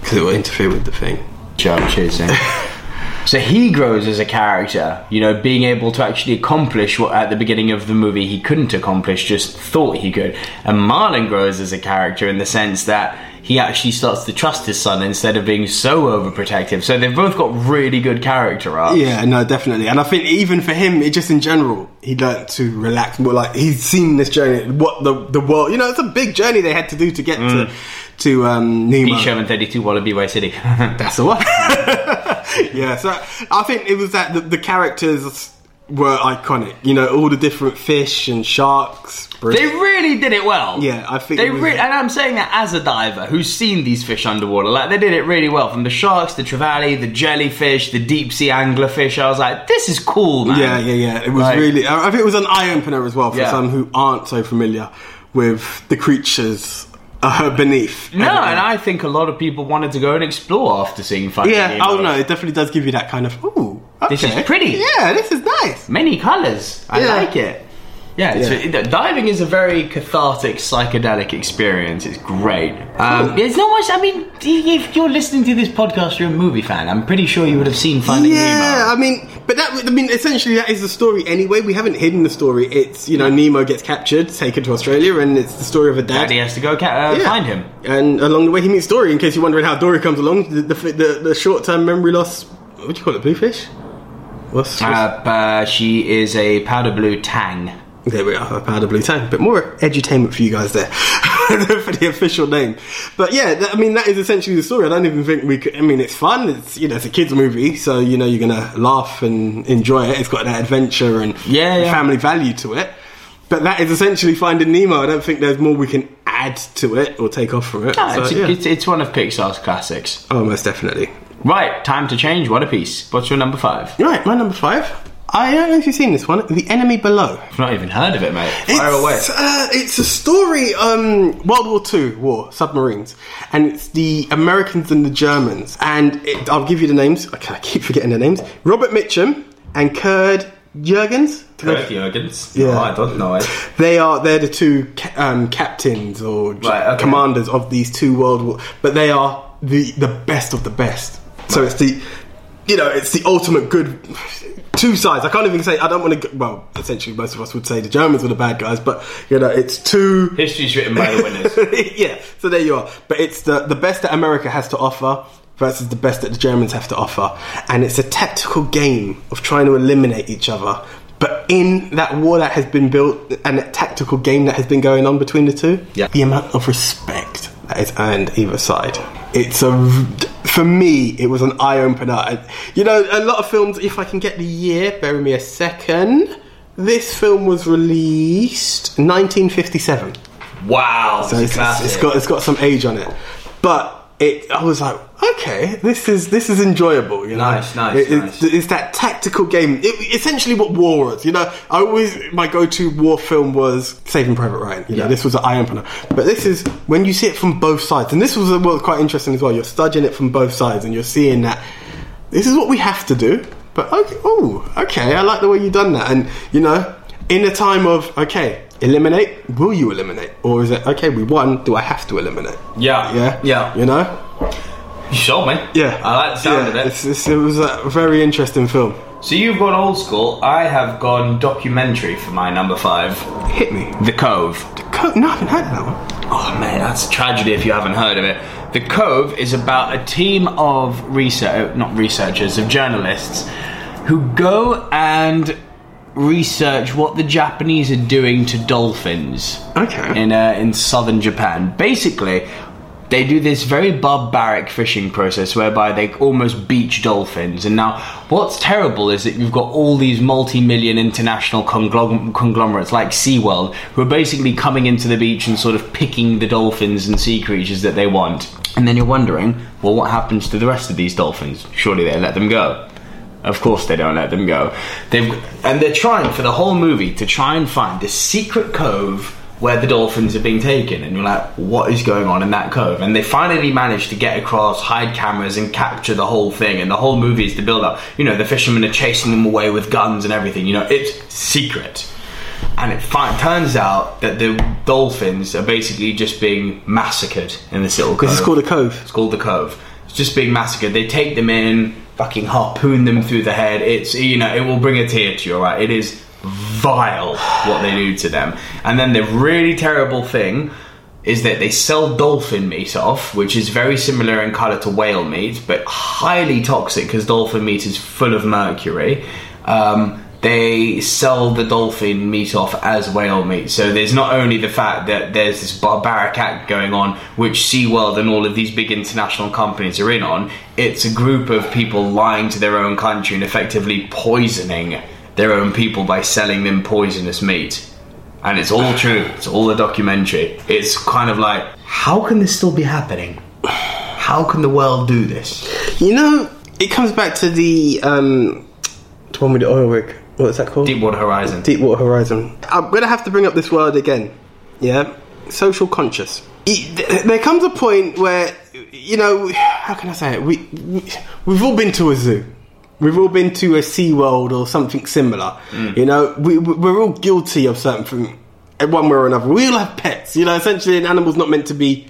Speaker 1: Because it will interfere with the thing.
Speaker 2: Job chasing. eh?
Speaker 1: (laughs)
Speaker 2: so he grows as a character, you know, being able to actually accomplish what at the beginning of the movie he couldn't accomplish, just thought he could. And Marlon grows as a character in the sense that he actually starts to trust his son instead of being so overprotective. So they've both got really good character arcs.
Speaker 1: Yeah, no, definitely. And I think even for him, it just in general, he learnt to relax more. Like he's seen this journey, what the the world. You know, it's a big journey they had to do to get to to um, Nemo.
Speaker 2: Beach Sherman 32 Wallaby Way City. (laughs)
Speaker 1: That's the one. (laughs) yeah, so I think it was that the, the characters were iconic. You know, all the different fish and sharks.
Speaker 2: They really did it well.
Speaker 1: Yeah, I think
Speaker 2: they
Speaker 1: it was-
Speaker 2: re- and I'm saying that as a diver who's seen these fish underwater. Like they did it really well. From the sharks, the trevally, the jellyfish, the deep sea anglerfish. I was like, this is cool, man.
Speaker 1: Yeah, yeah, yeah. It was
Speaker 2: Like-
Speaker 1: really. I I think it was an eye opener as well for
Speaker 2: Yeah.
Speaker 1: some who aren't so familiar with the creatures uh, beneath.
Speaker 2: No, and I think a lot of people wanted to go and explore after seeing Finding
Speaker 1: Yeah.
Speaker 2: Nemo.
Speaker 1: Oh no, it definitely does give you that kind of. Ooh. Okay.
Speaker 2: This is pretty.
Speaker 1: Yeah, this is nice.
Speaker 2: Many colours. I
Speaker 1: Yeah.
Speaker 2: like it. Yeah, it's
Speaker 1: Yeah.
Speaker 2: it- diving is a very cathartic, psychedelic experience. It's great. Um, There's not much. I mean, if you're listening to this podcast, you're a movie fan. I'm pretty sure you would have seen Finding Nemo.
Speaker 1: Yeah, I mean, but that I mean, essentially that is the story anyway. We haven't hidden the story. It's you know Nemo gets captured, taken to Australia, and it's the story of a dad.
Speaker 2: Daddy has to go ca- uh,
Speaker 1: Yeah.
Speaker 2: find him.
Speaker 1: and along the way he meets Dory. In case you're wondering how Dory comes along, the the, the, the short term memory loss. What do you call it? Bluefish. What's, what's
Speaker 2: Uh, uh, she is a powder blue tang.
Speaker 1: There we are, a powder blue tang. But more edutainment for you guys there (laughs) for the official name. But yeah, that, I mean that is essentially the story. I don't even think we could. I mean, it's fun. It's you know, it's a kids' movie, so you know you're gonna laugh and enjoy it. It's got that adventure and
Speaker 2: Yeah, yeah.
Speaker 1: family value to it. But that is essentially Finding Nemo. I don't think there's more we can add to it or take off from it.
Speaker 2: Ah,
Speaker 1: So,
Speaker 2: it's,
Speaker 1: yeah.
Speaker 2: it's, it's one of Pixar's classics.
Speaker 1: oh, most definitely.
Speaker 2: Right, time to change. What a piece. What's your number five?
Speaker 1: Right, my number five. I don't know if you've seen this one. The Enemy Below.
Speaker 2: I've not even heard of it, mate. Fire away.
Speaker 1: It's, uh, it's a story, um, World War Two war, submarines. And it's the Americans and the Germans. And it, I'll give you the names. Okay, I keep forgetting the names. Robert Mitchum and Kurd Jurgens.
Speaker 2: Kirk Jurgens.
Speaker 1: Yeah.
Speaker 2: Oh, I don't know it.
Speaker 1: They are they're the two ca- um, captains or j-
Speaker 2: Right, okay.
Speaker 1: commanders of these two world war, but they are the the best of the best. So it's the you know it's the ultimate good. Two sides. I can't even say. I don't want to. Well, essentially, most of us would say the Germans were the bad guys, but you know, it's two.
Speaker 2: History's written by
Speaker 1: (laughs)
Speaker 2: the winners.
Speaker 1: yeah. So there you are. But it's the the best that America has to offer versus the best that the Germans have to offer, and it's a tactical game of trying to eliminate each other. But in that war that has been built and that tactical game that has been going on between the two,
Speaker 2: Yeah.
Speaker 1: the amount of respect that is earned either side. It's a for me, it was an eye opener. I- You know, a lot of films. If I can get the year, bear with me a second. This film was released 1957
Speaker 2: Wow.
Speaker 1: so
Speaker 2: it's
Speaker 1: it's,
Speaker 2: a classic.
Speaker 1: it's got it's got some age on it, but it I was like, okay, this is this is enjoyable. You know,
Speaker 2: Nice, nice,
Speaker 1: It- it-
Speaker 2: nice.
Speaker 1: It's that tactical game. It, essentially, what war was. You know, I always my go-to war film was Saving Private Ryan. You know,
Speaker 2: Yeah.
Speaker 1: this was an eye opener. But this is when you see it from both sides, and this was what was quite interesting as well. You're studying it from both sides, and you're seeing that this is what we have to do. But okay, oh, okay, I like the way you done that, and you know, in a time of okay eliminate will you eliminate or is it okay we won do i have to eliminate
Speaker 2: Yeah.
Speaker 1: yeah
Speaker 2: Yeah.
Speaker 1: you know
Speaker 2: You sold me.
Speaker 1: yeah
Speaker 2: I like the sound
Speaker 1: Yeah,
Speaker 2: of it.
Speaker 1: it's, it's, it was a very interesting film
Speaker 2: So you've gone old school. I have gone documentary for my number five.
Speaker 1: hit me
Speaker 2: The Cove.
Speaker 1: Co- no i haven't heard of that one
Speaker 2: Oh man, that's a tragedy if you haven't heard of it. The Cove is about a team of research, uh, not researchers, of journalists who go and research what the Japanese are doing to dolphins
Speaker 1: Okay.
Speaker 2: in uh, in southern Japan. Basically, they do this very barbaric fishing process whereby they almost beach dolphins. And now, what's terrible is that you've got all these multi-million international conglom- conglomerates like SeaWorld who are basically coming into the beach and sort of picking the dolphins and sea creatures that they want. And then you're wondering, well, what happens to the rest of these dolphins? Surely they let them go. Of course, they don't let them go. They've and they're trying for the whole movie to try and find this secret cove where the dolphins are being taken, and you're like, what is going on in that cove? And they finally manage to get across, hide cameras, and capture the whole thing. And the whole movie is the build up. You know, the fishermen are chasing them away with guns and everything. You know, it's secret. And it fi- turns out that the dolphins are basically just being massacred in this little cove.
Speaker 1: this is called a cove
Speaker 2: It's called the Cove. It's just being massacred. They take them in, fucking harpoon them through the head. It's you know, it will bring a tear to you, alright? It is vile what they do to them. And then the really terrible thing is that they sell dolphin meat off, which is very similar in colour to whale meat, but highly toxic because dolphin meat is full of mercury. Um, they sell the dolphin meat off as whale meat. So there's not only the fact that there's this barbaric act going on, which SeaWorld and all of these big international companies are in on, it's a group of people lying to their own country and effectively poisoning their own people by selling them poisonous meat. And it's all true. It's all a documentary. It's kind of like, how can this still be happening? How can the world do this?
Speaker 1: you know it comes back to the um the one with the oil rig what's that called
Speaker 2: Deepwater Horizon.
Speaker 1: Deepwater Horizon. I'm going to have to bring up this word again. Yeah? Social conscious. E- th- There comes a point where, you know, how can I say it? We, we, we've all been to a zoo. We've all been to a Sea World or something similar. You know, we, we- we're all guilty of something, in one way or another. We all have pets. You know, essentially, an animal's not meant to be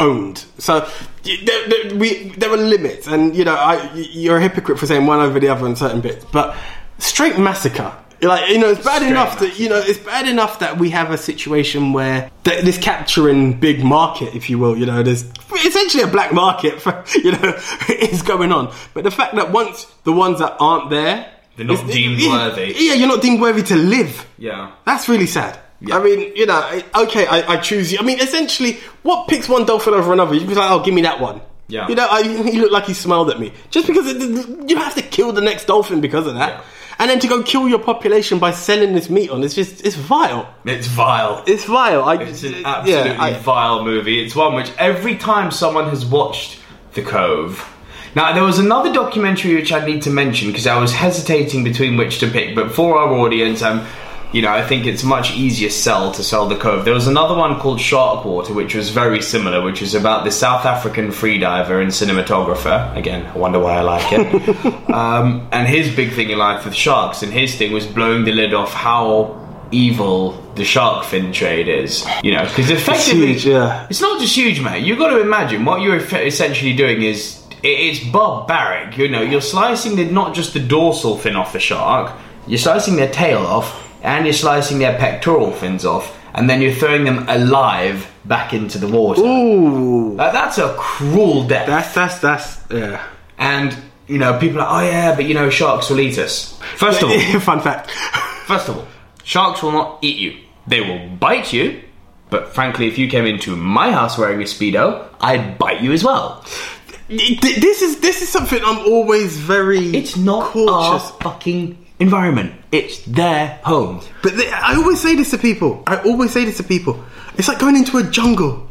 Speaker 1: owned. So y- there, there, we, there are limits, and you know, I, y- you're a hypocrite for saying one over the other in certain bits. But straight massacre, like you know, it's bad enough that you know it's bad enough that we have a situation where th- this capturing big market, if you will, you know, there's essentially a black market for (laughs) you know is going on. But the fact that once the ones that aren't there,
Speaker 2: They're not
Speaker 1: it's-
Speaker 2: deemed
Speaker 1: yeah,
Speaker 2: worthy.
Speaker 1: Yeah, you're not deemed worthy to live.
Speaker 2: Yeah.
Speaker 1: That's really sad. I mean, you know, I- okay, I, I choose you. I mean, essentially, what picks one dolphin over another? You'd be like, oh, give me that one.
Speaker 2: Yeah.
Speaker 1: You know, I, (laughs) he looked like he smiled at me. Just because it, you have to kill the next dolphin because of that.
Speaker 2: Yeah.
Speaker 1: And then to go kill your population by selling this meat on, it's just, it's vile.
Speaker 2: It's vile.
Speaker 1: It's vile. I,
Speaker 2: It's an absolutely
Speaker 1: yeah, I-
Speaker 2: vile movie. It's one which every time someone has watched The Cove. Now, there was another documentary which I need to mention because I was hesitating between which to pick, but for our audience, I'm You know, I think it's much easier sell to sell the cove. There was another one called Sharkwater, which was very similar, which is about the South African freediver and cinematographer. Again, I wonder why I like it. um, and his big thing in life with sharks, and his thing was blowing the lid off how evil the shark fin trade is. You know, because effectively,
Speaker 1: huge, yeah.
Speaker 2: it's not just huge, mate. You've got to imagine what you're eff- essentially doing is i- it's barbaric. You know, you're slicing the, not just the dorsal fin off the shark, you're slicing their tail off, and you're slicing their pectoral fins off, and then you're throwing them alive back into the water.
Speaker 1: Ooh,
Speaker 2: Like, that's a cruel death.
Speaker 1: that's that's that's yeah.
Speaker 2: and you know, people are, oh yeah, but you know, sharks will eat us. First of
Speaker 1: (laughs)
Speaker 2: all,
Speaker 1: Fun fact.
Speaker 2: First of all, sharks will not eat you. They will bite you, but frankly, if you came into my house wearing a Speedo, I'd bite you as well.
Speaker 1: Th- This is this is something I'm always very
Speaker 2: It's not
Speaker 1: cautious.
Speaker 2: our fucking environment. It's their home.
Speaker 1: But th- I always say this to people. I always say this to people. It's like going into a jungle.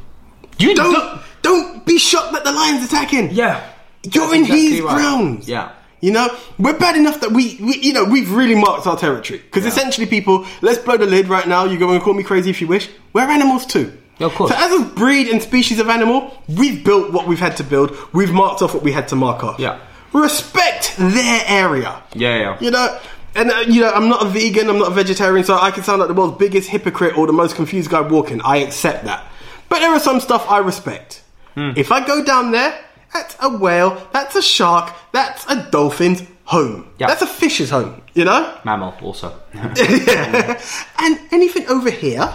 Speaker 2: You
Speaker 1: Don't don't be shocked that the lion's attacking.
Speaker 2: Yeah.
Speaker 1: You're
Speaker 2: That's
Speaker 1: in
Speaker 2: exactly
Speaker 1: his
Speaker 2: right.
Speaker 1: grounds.
Speaker 2: Yeah.
Speaker 1: You know, we're bad enough that we, we you know, we've really marked our territory. Because essentially, people, let's blow the lid right now. You're going to call me crazy if you wish. We're animals too.
Speaker 2: Of course.
Speaker 1: So, as a breed and species of animal, we've built what we've had to build. We've marked off what we had to mark off.
Speaker 2: Yeah.
Speaker 1: Respect their area.
Speaker 2: Yeah, yeah.
Speaker 1: You know, and uh, you know, I'm not a vegan. I'm not a vegetarian, so I can sound like the world's biggest hypocrite or the most confused guy walking. I accept that, but there are some stuff I respect.
Speaker 2: Hmm.
Speaker 1: If I go down there, that's a whale. That's a shark. That's a dolphin's home.
Speaker 2: Yeah.
Speaker 1: That's a fish's home. You know.
Speaker 2: Mammal also.
Speaker 1: and anything over here,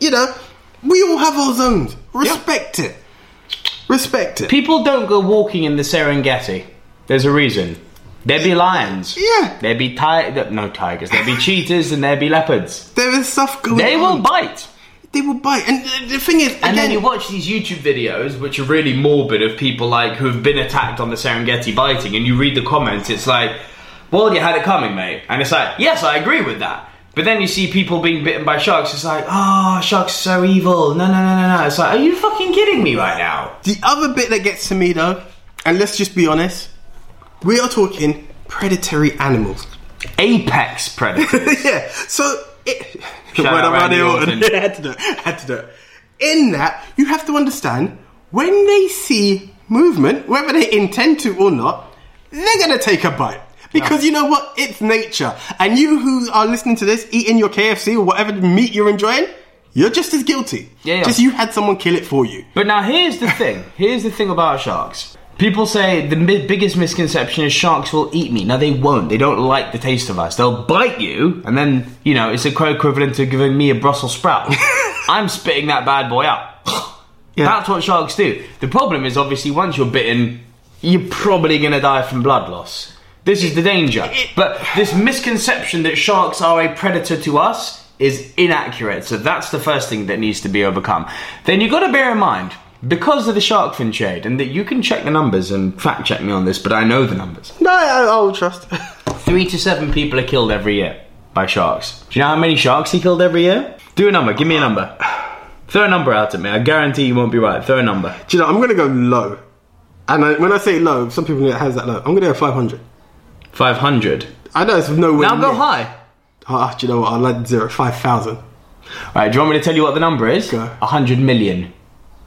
Speaker 1: you know, we all have our zones. Respect it. Respect it.
Speaker 2: People don't go walking in the Serengeti. There's a reason. There'd be lions.
Speaker 1: Yeah.
Speaker 2: There'd be ti- no tigers. There'd be cheetors and there'd be leopards.
Speaker 1: there is stuff going.
Speaker 2: They will
Speaker 1: on.
Speaker 2: bite.
Speaker 1: They will bite. And uh, the thing is, again,
Speaker 2: And then you watch these YouTube videos, which are really morbid, of people like who have been attacked on the Serengeti biting, and you read the comments. It's like, "Well, you had it coming, mate," and it's like, "Yes, I agree with that." But then you see people being bitten by sharks. It's like, "Oh, sharks are so evil!" No, no, no, no, no. It's like, "Are you fucking kidding me right now?"
Speaker 1: The other bit that gets to me though, and let's just be honest, we are talking predatory animals. (laughs)
Speaker 2: Apex (laughs) predators.
Speaker 1: yeah, so it. (laughs)
Speaker 2: Shout
Speaker 1: Word
Speaker 2: out
Speaker 1: up
Speaker 2: Randy
Speaker 1: Randy Orton.
Speaker 2: Orton.
Speaker 1: I (laughs) had to do it. I had to do it. In that, you have to understand when they see movement, whether they intend to or not, they're going to take a bite. Because you know what? It's nature. And you who are listening to this, eating your KFC or whatever meat you're enjoying, you're just as guilty.
Speaker 2: Yeah, yeah.
Speaker 1: Just you had someone kill it for you.
Speaker 2: But now here's the thing. Here's the thing about sharks. People say the mi- biggest misconception is sharks will eat me. No, they won't. They don't like the taste of us. They'll bite you, and then you know it's equivalent to giving me a Brussels sprout. (laughs) I'm spitting that bad boy out. That's what sharks do. The problem is obviously once you're bitten, you're probably going to die from blood loss. This is the danger. But this misconception that sharks are a predator to us is inaccurate. So that's the first thing that needs to be overcome. Then you've got to bear in mind, because of the shark fin trade, and that you can check the numbers and fact check me on this, but I know the numbers.
Speaker 1: No, I, I will trust. (laughs)
Speaker 2: Three to seven people are killed every year by sharks. Do you know how many sharks he killed every year? Do a number, give me a number. Throw a number out at me. I guarantee you won't be right. Throw a number.
Speaker 1: Do you know, I'm going to go low. And I, when I say low, some people know how's that low? I'm going to go 500.
Speaker 2: 500.
Speaker 1: I know it's nowhere
Speaker 2: Now go
Speaker 1: near.
Speaker 2: high.
Speaker 1: Ah, do you know what? I like zero. 5,000.
Speaker 2: Right, do you want me to tell you what the number is?
Speaker 1: Go.
Speaker 2: 100 million.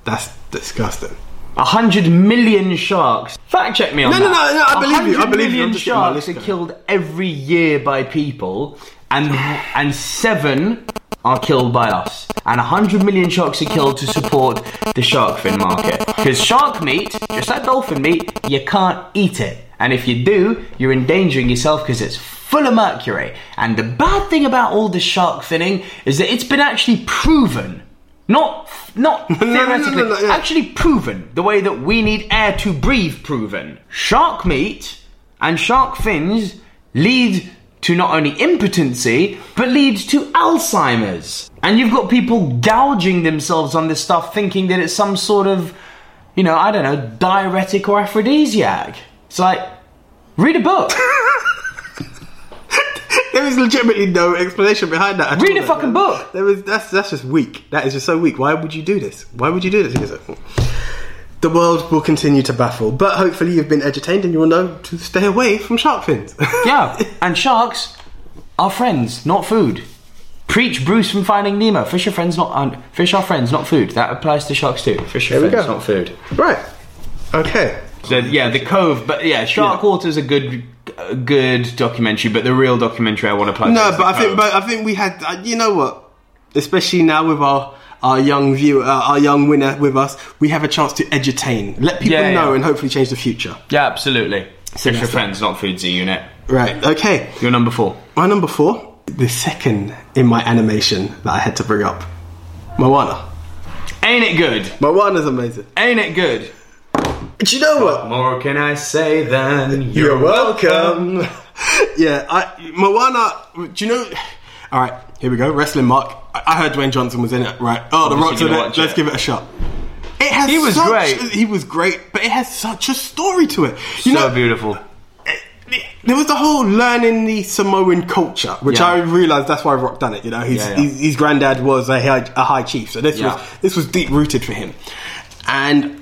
Speaker 1: That's disgusting.
Speaker 2: 100 million sharks. Fact check me on
Speaker 1: No,
Speaker 2: that.
Speaker 1: no, no, no, I believe you, I
Speaker 2: 100
Speaker 1: believe you,
Speaker 2: million
Speaker 1: I'm just- no,
Speaker 2: sharks
Speaker 1: listen.
Speaker 2: are killed every year by people, and and seven are killed by us. And 100 million sharks are killed to support the shark fin market. Because shark meat, just like dolphin meat, you can't eat it. And if you do, you're endangering yourself because it's full of mercury. And the bad thing about all the shark finning is that it's been actually proven. Not, not
Speaker 1: (laughs) no, no,
Speaker 2: theoretically,
Speaker 1: no, yeah.
Speaker 2: actually proven the way that we need air to breathe proven shark meat and shark fins lead to not only impotency but lead to alzheimer's and you've got people gouging themselves on this stuff thinking that it's some sort of you know i don't know diuretic or aphrodisiac it's like read a book (laughs)
Speaker 1: There is legitimately no explanation behind that. at
Speaker 2: Read
Speaker 1: all.
Speaker 2: a fucking book.
Speaker 1: There is, that's, that's just weak. That is just so weak. Why would you do this? Why would you do this? Because uh, The world will continue to baffle, but (laughs) hopefully you've been entertained and you will know to stay away from shark fins.
Speaker 2: yeah and sharks are friends, not food. Preach Bruce from Finding Nemo. Fish are friends, not un- fish are friends, not food. That applies to sharks too. Fish are
Speaker 1: There we
Speaker 2: friends,
Speaker 1: go.
Speaker 2: not food.
Speaker 1: Right. Okay.
Speaker 2: So yeah, the Cove, but yeah, Sharkwater is a good, a good documentary. But the real documentary I want to plug.
Speaker 1: No,
Speaker 2: is
Speaker 1: but
Speaker 2: The
Speaker 1: I think
Speaker 2: Cove.
Speaker 1: but I think we had uh, you know what, especially now with our our young viewer, uh, our young winner with us, we have a chance to edutain, let people
Speaker 2: Yeah,
Speaker 1: know,
Speaker 2: yeah.
Speaker 1: and hopefully change the future.
Speaker 2: yeah, absolutely. Fish are
Speaker 1: that's-
Speaker 2: friends, not food. Z unit.
Speaker 1: Right. Okay.
Speaker 2: You're number four.
Speaker 1: My number four, the second in my animation that I had to bring up, Moana.
Speaker 2: Ain't it good?
Speaker 1: Moana's amazing.
Speaker 2: Ain't it good?
Speaker 1: Do you know what?
Speaker 2: More can I say than
Speaker 1: (laughs) yeah, I, Moana. Do you know? All right, here we go. Wrestling Mark. I, I heard Dwayne Johnson was in it. Right. Oh, The
Speaker 2: Obviously
Speaker 1: Rock's in
Speaker 2: gonna
Speaker 1: it.
Speaker 2: watch
Speaker 1: Let's
Speaker 2: it.
Speaker 1: give it a shot. It has.
Speaker 2: He was
Speaker 1: such-
Speaker 2: great.
Speaker 1: He was great, but it has such a story to it. You
Speaker 2: so
Speaker 1: know,
Speaker 2: beautiful.
Speaker 1: there was the whole learning the Samoan culture, which
Speaker 2: Yeah.
Speaker 1: I realized that's why Rock done it. You know, his
Speaker 2: Yeah, yeah.
Speaker 1: his, his granddad was a high, a high chief, so this
Speaker 2: Yeah.
Speaker 1: was this was deep rooted for him, and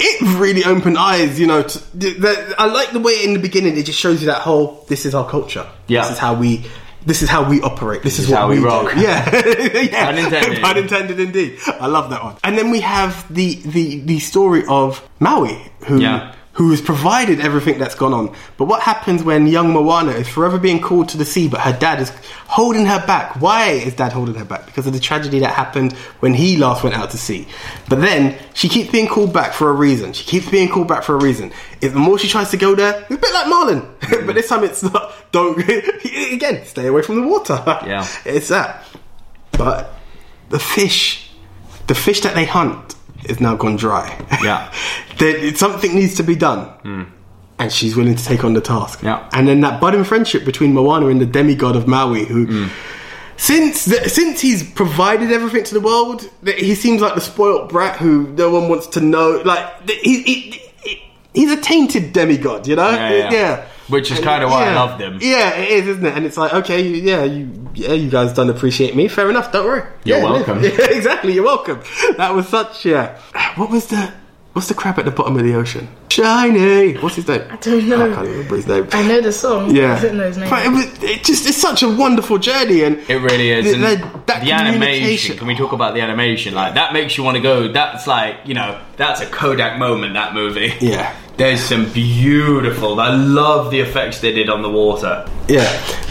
Speaker 1: it really opened eyes. You know, to, th- that I like the way in the beginning it just shows you that whole this is our culture.
Speaker 2: Yeah.
Speaker 1: this is how we. This is how we operate. This, is,
Speaker 2: is
Speaker 1: what
Speaker 2: how we
Speaker 1: we,
Speaker 2: rock.
Speaker 1: Do. Yeah, (laughs) yeah.
Speaker 2: Pun intended.
Speaker 1: (laughs) Pun intended, indeed. I love that one. And then we have the the the story of Maui, who
Speaker 2: Yeah.
Speaker 1: who has provided everything that's gone on. But what happens when young Moana is forever being called to the sea, but her dad is holding her back? Why is dad holding her back? Because of the tragedy that happened when he last went out to sea. But then she keeps being called back for a reason. She keeps being called back for a reason. If the more she tries to go there, it's a bit like Marlon, (laughs) but this time it's not. Don't (laughs) again stay away from the water.
Speaker 2: Yeah.
Speaker 1: it's that. But the fish, the fish that they hunt, is now gone dry. (laughs)
Speaker 2: Yeah. Hmm.
Speaker 1: That something needs to be done. And she's willing to take on the task.
Speaker 2: Yeah.
Speaker 1: And then that budding friendship between Moana and the demigod of Maui, who,
Speaker 2: Hmm.
Speaker 1: since the, since he's provided everything to the world, that he seems like the spoilt brat who no one wants to know. Like th- he, he, he- he's a tainted demigod, you know?
Speaker 2: Yeah, yeah. Which is
Speaker 1: And-
Speaker 2: kinda why I
Speaker 1: yeah.
Speaker 2: love them.
Speaker 1: Yeah, it is, isn't it? And it's like, okay, you, yeah, you, yeah, you guys don't appreciate me. Fair enough. Don't worry.
Speaker 2: You're
Speaker 1: Yeah, yeah.
Speaker 2: welcome.
Speaker 1: Yeah, (laughs) exactly. You're welcome. That was such. Yeah. What was the What's the crab at the bottom of the ocean? Shiny. What's his name? I
Speaker 3: don't know.
Speaker 1: I can't remember his name.
Speaker 3: I know the song.
Speaker 1: (laughs) Yeah.
Speaker 3: I don't know his name.
Speaker 1: But it, was, it just it's such a wonderful journey, and
Speaker 2: It really is.
Speaker 1: The,
Speaker 2: and
Speaker 1: the, that
Speaker 2: the
Speaker 1: communication.
Speaker 2: animation. Can we talk about the animation? Like that makes you want to go. That's like you know, that's a Kodak moment. That movie.
Speaker 1: Yeah.
Speaker 2: There's some beautiful. I love the effects they did on the water.
Speaker 1: Yeah,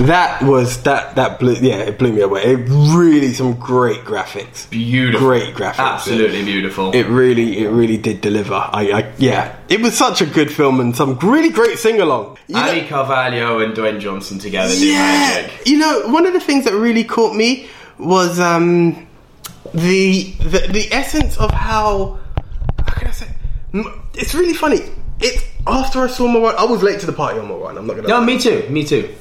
Speaker 1: that was that that blew. Yeah, it blew me away. It really some great graphics.
Speaker 2: Beautiful.
Speaker 1: Great graphics.
Speaker 2: Absolutely beautiful.
Speaker 1: It really, it really did deliver. I, I yeah, it was such a good film and some really great sing along.
Speaker 2: Ali Carvalho and Dwayne Johnson together do
Speaker 1: Yeah,
Speaker 2: magic.
Speaker 1: you know, one of the things that really caught me was um, the, the the essence of how how can I say? M- It's really funny. It's after I saw Moran, I was late to the party on Moran. I'm not gonna.
Speaker 2: No,
Speaker 1: lie.
Speaker 2: me too. Me too.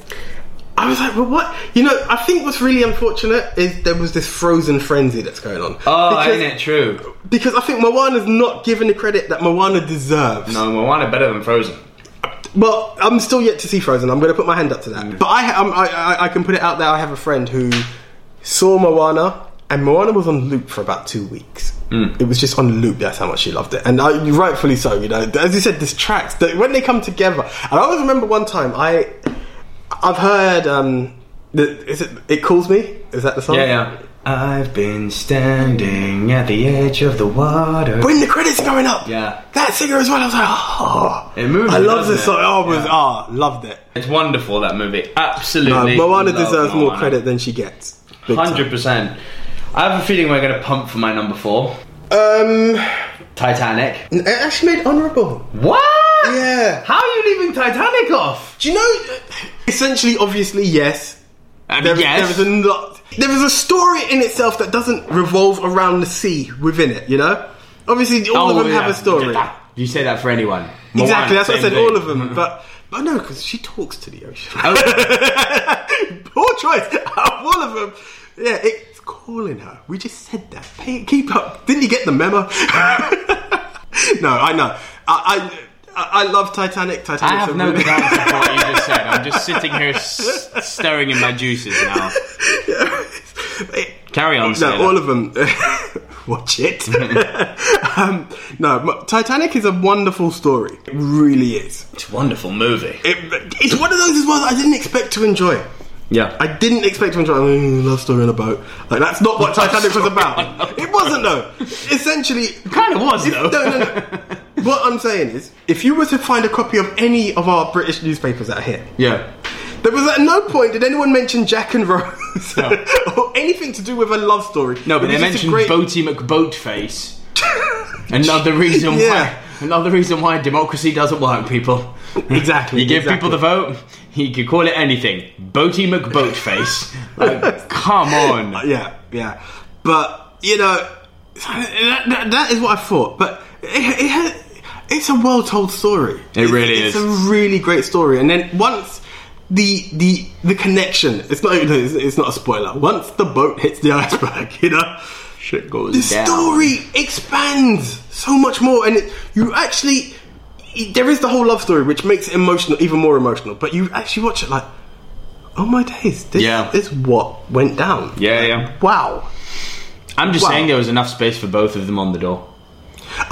Speaker 1: I was like, well, what? You know, I think what's really unfortunate is there was this frozen frenzy that's going on.
Speaker 2: Oh,
Speaker 1: because,
Speaker 2: ain't it true?
Speaker 1: Because I think Moana's not given the credit that Moana deserves.
Speaker 2: No, Moana better than Frozen.
Speaker 1: Well, I'm still yet to see Frozen. I'm going to put my hand up to
Speaker 2: Mm.
Speaker 1: that. But I, um, I, I, I can put it out there. I have a friend who saw Moana, and Moana was on loop for about two weeks.
Speaker 2: Mm.
Speaker 1: It was just on loop. That's how much she loved it, and I, rightfully so. You know, as you said, this tracks that when they come together. And I always remember one time I, I've heard. Um, the, is it? It calls me. Is that the song?
Speaker 2: Yeah, yeah. I've been standing at the edge of the water.
Speaker 1: When the credits are going up,
Speaker 2: Yeah.
Speaker 1: that singer as well. I was like, oh,
Speaker 2: It moves
Speaker 1: I
Speaker 2: you,
Speaker 1: love
Speaker 2: doesn't
Speaker 1: this
Speaker 2: it?
Speaker 1: song. Oh, it was
Speaker 2: Yeah.
Speaker 1: ah, loved it.
Speaker 2: It's wonderful that movie.
Speaker 1: No,
Speaker 2: Absolutely.
Speaker 1: Uh, Moana
Speaker 2: love
Speaker 1: deserves more
Speaker 2: Moana.
Speaker 1: credit than she gets. Big time.
Speaker 2: Hundred percent. I have a feeling we're going to pump for my number four,
Speaker 1: Um,
Speaker 2: Titanic.
Speaker 1: it actually made honourable.
Speaker 2: What?
Speaker 1: Yeah.
Speaker 2: How are you leaving Titanic off?
Speaker 1: Do you know? Essentially, obviously, yes.
Speaker 2: I mean,
Speaker 1: There,
Speaker 2: yes.
Speaker 1: there is a lot. There is a story in itself that doesn't revolve around the sea within it. You know. Obviously, all
Speaker 2: Oh,
Speaker 1: of them
Speaker 2: yeah.
Speaker 1: have a story.
Speaker 2: You say that for anyone. Moana,
Speaker 1: Exactly. That's what I
Speaker 2: same
Speaker 1: said.
Speaker 2: thing.
Speaker 1: All of them, but. But no, because she talks to the ocean.
Speaker 2: Oh.
Speaker 1: (laughs) Poor choice. Out of all of them, yeah, it's calling her. We just said that. Pay, keep up. Didn't you get the memo? (laughs) no, I know. I, I I love Titanic. Titanic.
Speaker 2: I have no
Speaker 1: (laughs)
Speaker 2: good answer for what you just said. I'm just sitting here s- stirring in my juices now. Carry on,
Speaker 1: No,
Speaker 2: Sailor.
Speaker 1: all of them. (laughs) Watch it. (laughs)
Speaker 2: Mm-hmm.
Speaker 1: um, no, but Titanic is a wonderful story. It really is.
Speaker 2: It's a wonderful movie.
Speaker 1: It, it's one of those as well that I didn't expect to enjoy.
Speaker 2: Yeah.
Speaker 1: I didn't expect him to be like, "Oh, love story on a boat. Like that's not what Titanic was about. It wasn't though. Essentially,
Speaker 2: kind of was
Speaker 1: if-
Speaker 2: though.
Speaker 1: No, no, no. what I'm saying is, if you were to find a copy of any of our British newspapers out here,
Speaker 2: yeah.
Speaker 1: there was at no point did anyone mention Jack and Rose
Speaker 2: No.
Speaker 1: (laughs) or anything to do with a love story.
Speaker 2: No, but
Speaker 1: It
Speaker 2: they
Speaker 1: was just a
Speaker 2: mentioned
Speaker 1: (laughs)
Speaker 2: Boaty McBoatface. another reason
Speaker 1: Yeah.
Speaker 2: why. Another reason why democracy doesn't work, people.
Speaker 1: (laughs) Exactly,
Speaker 2: you give
Speaker 1: exactly.
Speaker 2: people the vote. You could call it anything. Boaty
Speaker 1: (laughs)
Speaker 2: McBoatface. like, come on.
Speaker 1: Uh, Yeah, yeah. But you know, that, that, that is what I thought. But it, it has, it's a well told story.
Speaker 2: It really
Speaker 1: it's,
Speaker 2: is.
Speaker 1: It's a really great story. And then once the the the connection, it's not even it's, it's not a spoiler. Once the boat hits the (laughs) iceberg, you know.
Speaker 2: Shit goes
Speaker 1: The
Speaker 2: down.
Speaker 1: story expands so much more, and it, you actually there is the whole love story, which makes it emotional, even more emotional. But you actually watch it like, oh my days, this
Speaker 2: Yeah.
Speaker 1: is what went down.
Speaker 2: Yeah,
Speaker 1: Like,
Speaker 2: yeah.
Speaker 1: Wow.
Speaker 2: I'm just
Speaker 1: Wow.
Speaker 2: saying there was enough space for both of them on the door.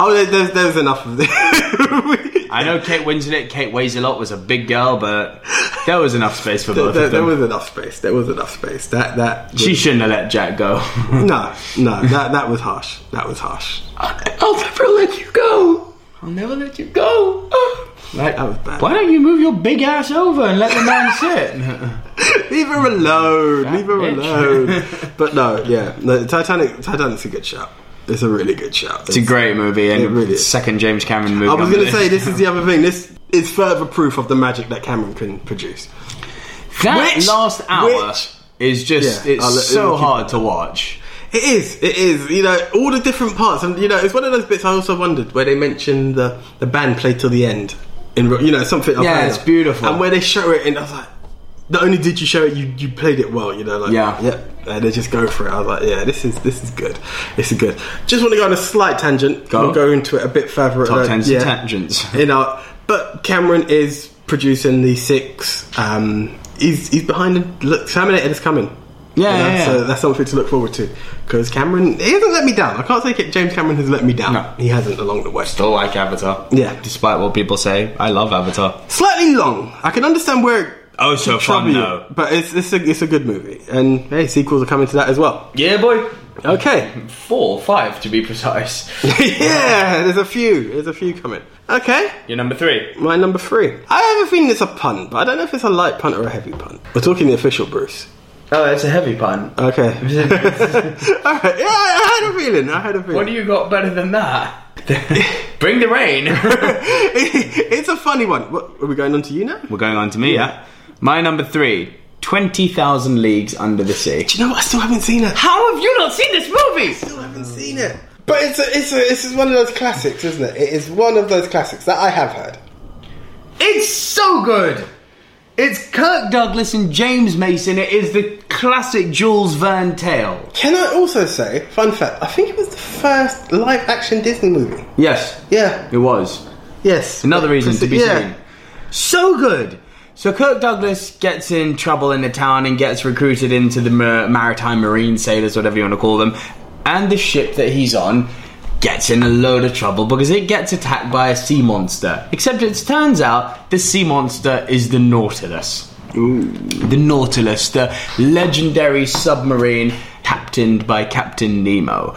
Speaker 1: Oh, there, there's, there's enough of this. I
Speaker 2: (laughs) I know Kate Winslet, Kate Winslet was a big girl, but there was enough space for
Speaker 1: There,
Speaker 2: both
Speaker 1: there,
Speaker 2: of them.
Speaker 1: there was enough space. There was enough space. That that
Speaker 2: she
Speaker 1: was-
Speaker 2: shouldn't have let
Speaker 1: (laughs)
Speaker 2: Jack go.
Speaker 1: no no that that was harsh. That was harsh.
Speaker 2: I'll never let you go. I'll never let you go. Like,
Speaker 1: That was bad.
Speaker 2: why don't you move your big ass over and let the man
Speaker 1: (laughs)
Speaker 2: sit?
Speaker 1: Leave her alone. Leave her
Speaker 2: bitch.
Speaker 1: alone.
Speaker 2: (laughs)
Speaker 1: but no, yeah, no, Titanic. Titanic's a good shout. It's a really good shout.
Speaker 2: It's a great movie and
Speaker 1: It really is.
Speaker 2: second James Cameron movie.
Speaker 1: I was
Speaker 2: on
Speaker 1: going
Speaker 2: (laughs)
Speaker 1: to
Speaker 2: the
Speaker 1: say
Speaker 2: list.
Speaker 1: this is the other thing. This is further proof of the magic that Cameron can produce.
Speaker 2: that
Speaker 1: Which-
Speaker 2: last hour
Speaker 1: which-
Speaker 2: is just
Speaker 1: Yeah,
Speaker 2: it's
Speaker 1: I'll let-
Speaker 2: so
Speaker 1: it'll keep-
Speaker 2: hard to watch.
Speaker 1: It is. It is. You know, all the different parts, and you know, it's one of those bits I also wondered where they mention the the band played till the end. In you know something. I've
Speaker 2: Yeah,
Speaker 1: heard
Speaker 2: it's
Speaker 1: of.
Speaker 2: beautiful.
Speaker 1: And where they show it, and I was like, not only did you show it, you you played it well. You know, like
Speaker 2: Yeah.
Speaker 1: yeah. And they just go for it. I was like, yeah, this is this is good. This is good. Just want to go on a slight tangent.
Speaker 2: Go.
Speaker 1: We'll go into it a bit further.
Speaker 2: Top
Speaker 1: uh,
Speaker 2: tens
Speaker 1: yeah.
Speaker 2: and tangents. (laughs)
Speaker 1: You know, but Cameron is producing the six. Um, he's he's behind. The, look, Sam and Ed is coming.
Speaker 2: Yeah,
Speaker 1: You know,
Speaker 2: yeah, yeah.
Speaker 1: So that's something to look forward to because Cameron he hasn't let me down. I can't say Ca- James Cameron has let me down.
Speaker 2: No.
Speaker 1: He hasn't along the way.
Speaker 2: Still like Avatar.
Speaker 1: Yeah.
Speaker 2: despite what people say, I love Avatar.
Speaker 1: Slightly long. I can understand where. it
Speaker 2: Oh, so
Speaker 1: could trouble
Speaker 2: fun,
Speaker 1: you,
Speaker 2: though.
Speaker 1: But it's it's a, it's a good movie, and hey, sequels are coming to that as well.
Speaker 2: Yeah, boy. (laughs)
Speaker 1: Okay. (laughs)
Speaker 2: Four, five to be precise.
Speaker 1: yeah, there's a few. There's a few coming. Okay.
Speaker 2: You're number three.
Speaker 1: My number three. I have a feeling it's a pun, but I don't know if it's a light pun or a heavy pun. We're talking the official Bruce.
Speaker 2: Oh, it's a heavy pun.
Speaker 1: (laughs) Okay. Alright, yeah, I, I had a feeling. I had a feeling. (laughs)
Speaker 2: (laughs) What do you got better than that? (laughs) Bring the rain. (laughs)
Speaker 1: it's a funny one. What, are we going on to you now?
Speaker 2: We're going on to me, yeah? My number three 20,000 Leagues Under the Sea.
Speaker 1: Do you know what? I still haven't seen it.
Speaker 2: How have you not seen this movie?
Speaker 1: I haven't seen it. But it's a, it's a, this is one of those classics, isn't it? It is one of those classics that I have heard.
Speaker 2: It's so good. It's Kirk Douglas and James Mason. It is the classic Jules Verne tale.
Speaker 1: Can I also say, fun fact? I think it was the first live-action Disney movie.
Speaker 2: Yes.
Speaker 1: Yeah.
Speaker 2: It was.
Speaker 1: Yes.
Speaker 2: Another reason to be
Speaker 1: yeah.
Speaker 2: seen. So good. So Kirk Douglas gets in trouble in the town and gets recruited into the mar- maritime marine sailors, whatever you want to call them, and the ship that he's on gets in a load of trouble because it gets attacked by a sea monster. Except it turns out the sea monster is the Nautilus. The Nautilus, the legendary submarine captained by Captain Nemo.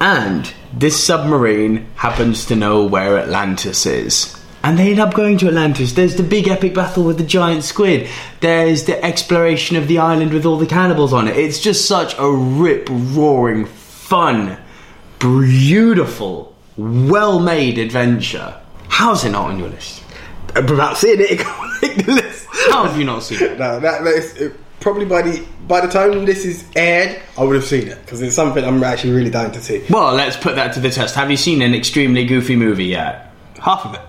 Speaker 2: And this submarine happens to know where Atlantis is. And they end up going to Atlantis. There's the big epic battle with the giant squid. There's the exploration of the island with all the cannibals on it. It's just such a rip roaring, fun, beautiful, well made adventure. How's it not on your list?
Speaker 1: Uh, Without seeing it, it can't make the list.
Speaker 2: How have you not seen it?
Speaker 1: No, that, that is, it, probably by the by the time this is aired, I would have seen it because it's something I'm actually really dying to see.
Speaker 2: Well, let's put that to the test. Have you seen an extremely goofy movie yet?
Speaker 1: Half of it.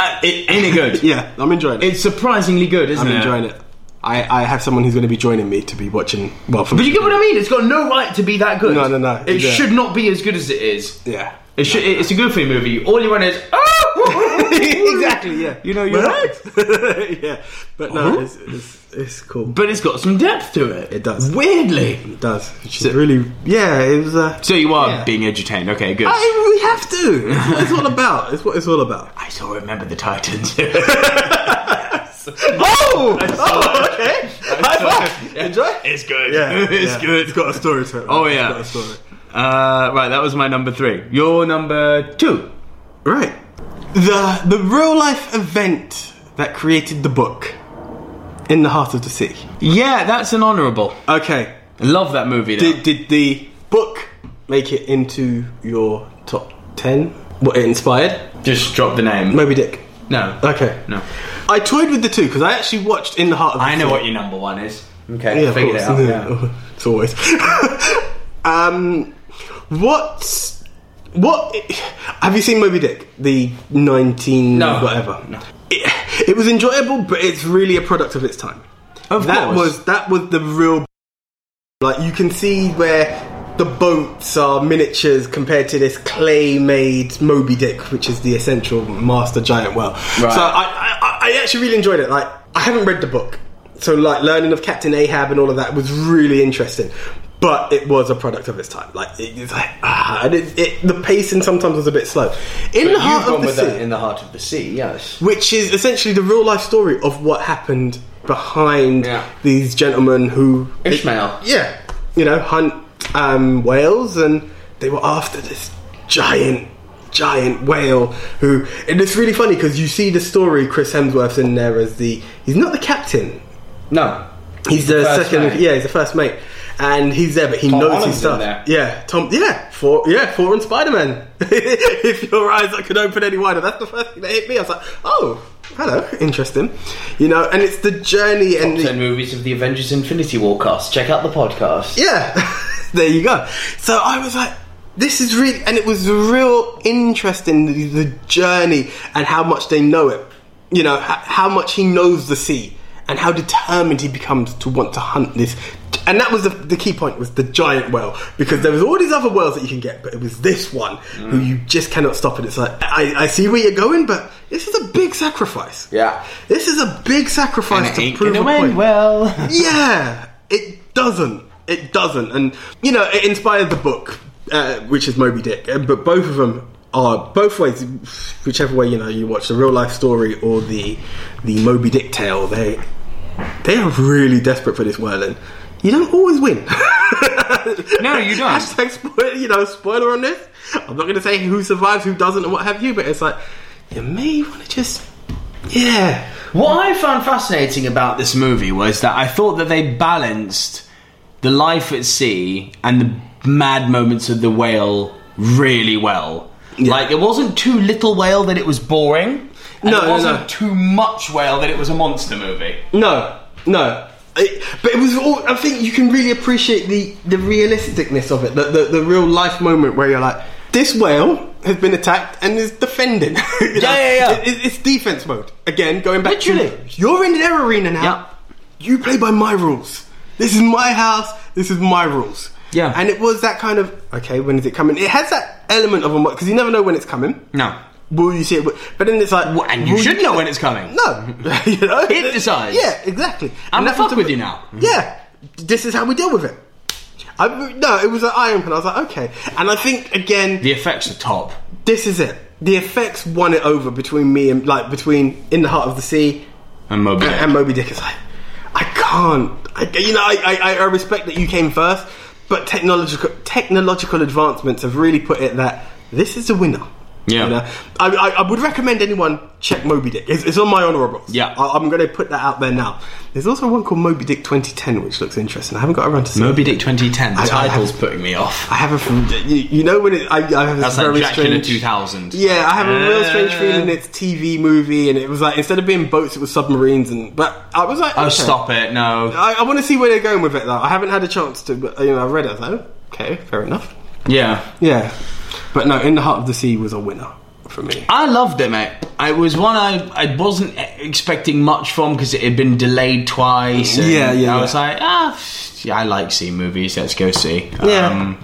Speaker 2: Uh, it, ain't it
Speaker 1: (laughs)
Speaker 2: good?
Speaker 1: Yeah, I'm enjoying it.
Speaker 2: It's surprisingly good, isn't
Speaker 1: I'm
Speaker 2: it?
Speaker 1: enjoying it. I, I have someone who's going to be joining me to be watching. Well, for
Speaker 2: But you get what I mean? It's got no right to be that good.
Speaker 1: No, no, no.
Speaker 2: It
Speaker 1: Yeah.
Speaker 2: should not be as good as it is.
Speaker 1: yeah.
Speaker 2: It should, it's a goofy movie. All you want is (laughs) oh!
Speaker 1: (laughs) exactly. (laughs) Yeah.
Speaker 2: You know, you're
Speaker 1: right. (laughs) Uh-huh. yeah. But no, it's, it's, it's cool.
Speaker 2: But it's got some depth to it.
Speaker 1: It does.
Speaker 2: Weirdly.
Speaker 1: it does. Which is really. Yeah. It was. Uh,
Speaker 2: So you are
Speaker 1: Yeah.
Speaker 2: being entertained. Okay, good. I,
Speaker 1: (laughs) I, we have to. It's what it's all about. It's what it's all (laughs) about.
Speaker 2: (laughs) still remember the Titans.
Speaker 1: Oh. Oh. Okay. High five. (laughs) Enjoy.
Speaker 2: It's good.
Speaker 1: Yeah,
Speaker 2: (laughs) it's
Speaker 1: yeah.
Speaker 2: good.
Speaker 1: It's got a story to it.
Speaker 2: Oh,
Speaker 1: It's
Speaker 2: yeah.
Speaker 1: got a story.
Speaker 2: Uh, right, that was my number three. Your number two.
Speaker 1: Right. The the real life event that created the book in the heart of the sea.
Speaker 2: Yeah, that's an honourable.
Speaker 1: Okay.
Speaker 2: I love that movie. Now.
Speaker 1: Did did the book make it into your top ten? What it inspired?
Speaker 2: Just drop the name.
Speaker 1: Moby Dick.
Speaker 2: No.
Speaker 1: Okay.
Speaker 2: No.
Speaker 1: I toyed with the two because I actually watched In the Heart of the
Speaker 2: I know
Speaker 1: Sea.
Speaker 2: what your number one is. Okay,
Speaker 1: Yeah, of
Speaker 2: figured it
Speaker 1: course. (laughs)
Speaker 2: out. yeah.
Speaker 1: Yeah. It's always. (laughs) um, what? What? Have you seen Moby Dick? The nineteen
Speaker 2: No.
Speaker 1: whatever. It, it was enjoyable, but it's really a product of its time.
Speaker 2: Of
Speaker 1: that
Speaker 2: course.
Speaker 1: was that was the real. Like you can see where the boats are miniatures compared to this clay-made Moby Dick, which is the essential master giant whale. So I, I, I actually really enjoyed it. Like I haven't read the book, so like learning of Captain Ahab and all of that was really interesting. But it was a product of its time. Like it- it's like ah, and it, it, the pacing sometimes was a bit slow. In the heart of the sea,
Speaker 2: the heart of the sea, yes.
Speaker 1: which is essentially the real life story of what happened behind
Speaker 2: Yeah.
Speaker 1: these gentlemen who
Speaker 2: Ishmael.
Speaker 1: yeah, you know, hunt um, whales, and they were after this giant, giant whale. Who and it's really funny because you see the story. Chris Hemsworth's in there as the he's not the captain.
Speaker 2: No.
Speaker 1: He's the,
Speaker 2: First
Speaker 1: second.
Speaker 2: mate.
Speaker 1: Yeah, he's the first mate, and he's there, but he
Speaker 2: Tom
Speaker 1: knows
Speaker 2: Holland's
Speaker 1: his stuff.
Speaker 2: in there.
Speaker 1: Yeah, Tom. Yeah, for yeah, for and Spider Man. (laughs) if your eyes I could open any wider, that's the first thing that hit me. I was like, oh, hello, interesting. You know, and it's the journey and the,
Speaker 2: Ten movies of the Avengers Infinity War cast. Check out the podcast.
Speaker 1: yeah, (laughs) there you go. So I was like, this is really, and it was real interesting the, the journey and how much they know it. You know, how, how much he knows the sea and how determined he becomes to want to hunt this. And that was the, the key point was the giant whale because there was all these other whales that you can get, but it was this one who
Speaker 2: Mm.
Speaker 1: you just cannot stop. And it's like, I, I see where you're going, but this is a big sacrifice.
Speaker 2: Yeah.
Speaker 1: this is a big sacrifice
Speaker 2: And it
Speaker 1: to
Speaker 2: ain't
Speaker 1: prove
Speaker 2: gonna
Speaker 1: a
Speaker 2: end
Speaker 1: point
Speaker 2: (laughs) well.
Speaker 1: yeah, it doesn't. It doesn't. And, you know, it inspired the book, uh, which is Moby Dick. Uh, But both of them are, both ways, whichever way, you know, you watch the real life story or the the Moby Dick tale, they they are really desperate for this whirling. You don't always win.
Speaker 2: No, you
Speaker 1: (laughs)
Speaker 2: don't.
Speaker 1: Hashtag spoiler, you know, spoiler on this. I'm not going to say who survives, who doesn't, and what have you, but it's like, you may want to just, yeah.
Speaker 2: What I found fascinating about this movie was that I thought that they balanced the life at sea and the mad moments of the whale really well. Like it wasn't too little whale that it was boring. And
Speaker 1: No,
Speaker 2: it
Speaker 1: no,
Speaker 2: wasn't
Speaker 1: no.
Speaker 2: too much whale that it was a monster movie.
Speaker 1: No, no. It, but it was all. I think you can really appreciate the the realisticness of it, the the, the real life moment where you're like, this whale has been attacked and is defending. (laughs) You know?
Speaker 2: yeah, yeah.
Speaker 1: It, it- it's defense mode again. Going back, to-
Speaker 2: Literally.
Speaker 1: you're in their arena now.
Speaker 2: Yeah.
Speaker 1: You play by my rules. This is my house. This is my rules.
Speaker 2: Yeah.
Speaker 1: and it was that kind of okay. When is it coming? It has that element of a because you never know when it's coming.
Speaker 2: No.
Speaker 1: Will you see it? But but then it's like,
Speaker 2: Well, and you
Speaker 1: will
Speaker 2: should
Speaker 1: get
Speaker 2: know
Speaker 1: it?
Speaker 2: when it's coming.
Speaker 1: No, (laughs) you know,
Speaker 2: It decides.
Speaker 1: Yeah, exactly.
Speaker 2: I'm
Speaker 1: And
Speaker 2: gonna
Speaker 1: that
Speaker 2: fuck
Speaker 1: was
Speaker 2: with you now.
Speaker 1: Yeah, this is how we deal with it. I, no, it was an eye opener. I was like, okay. And I think again,
Speaker 2: The effects are top.
Speaker 1: this is it. The effects won it over between me and like between in the heart of the sea
Speaker 2: And Moby.
Speaker 1: and,
Speaker 2: Dick.
Speaker 1: and Moby Dick is like, I can't. I, you know, I, I, I respect that you came first, but technological technological advancements have really put it that this is a winner.
Speaker 2: Yeah.
Speaker 1: You know? I, I, I would recommend anyone check Moby Dick. It's, it's on my honourables.
Speaker 2: Yeah.
Speaker 1: I, I'm going to put that out there now. There's also one called Moby Dick 2010, which looks interesting. I haven't got around to seeing
Speaker 2: Moby
Speaker 1: it.
Speaker 2: Dick 2010. The
Speaker 1: I- I
Speaker 2: title's
Speaker 1: have-
Speaker 2: putting me off.
Speaker 1: I have a from you, you know when it, I, I have
Speaker 2: That's
Speaker 1: this
Speaker 2: like
Speaker 1: very
Speaker 2: Dracula
Speaker 1: strange
Speaker 2: 2000.
Speaker 1: Yeah, I have a real strange
Speaker 2: Uh.
Speaker 1: feeling. It's TV movie, and it was like instead of being boats, it was submarines, and but I was like,
Speaker 2: Oh,
Speaker 1: okay.
Speaker 2: stop it! No.
Speaker 1: I, I want to see where they're going with it though. I haven't had a chance to, but you know, I read it though. Okay, fair enough.
Speaker 2: Yeah.
Speaker 1: Yeah, but no, in the heart of the sea was a winner for me.
Speaker 2: I loved it, mate. It was one I, I wasn't expecting much from because it had been delayed twice. and
Speaker 1: Yeah, yeah,
Speaker 2: I was
Speaker 1: yeah.
Speaker 2: like, ah, pff, yeah, I like sea movies. Let's go see.
Speaker 1: Yeah.
Speaker 2: Um,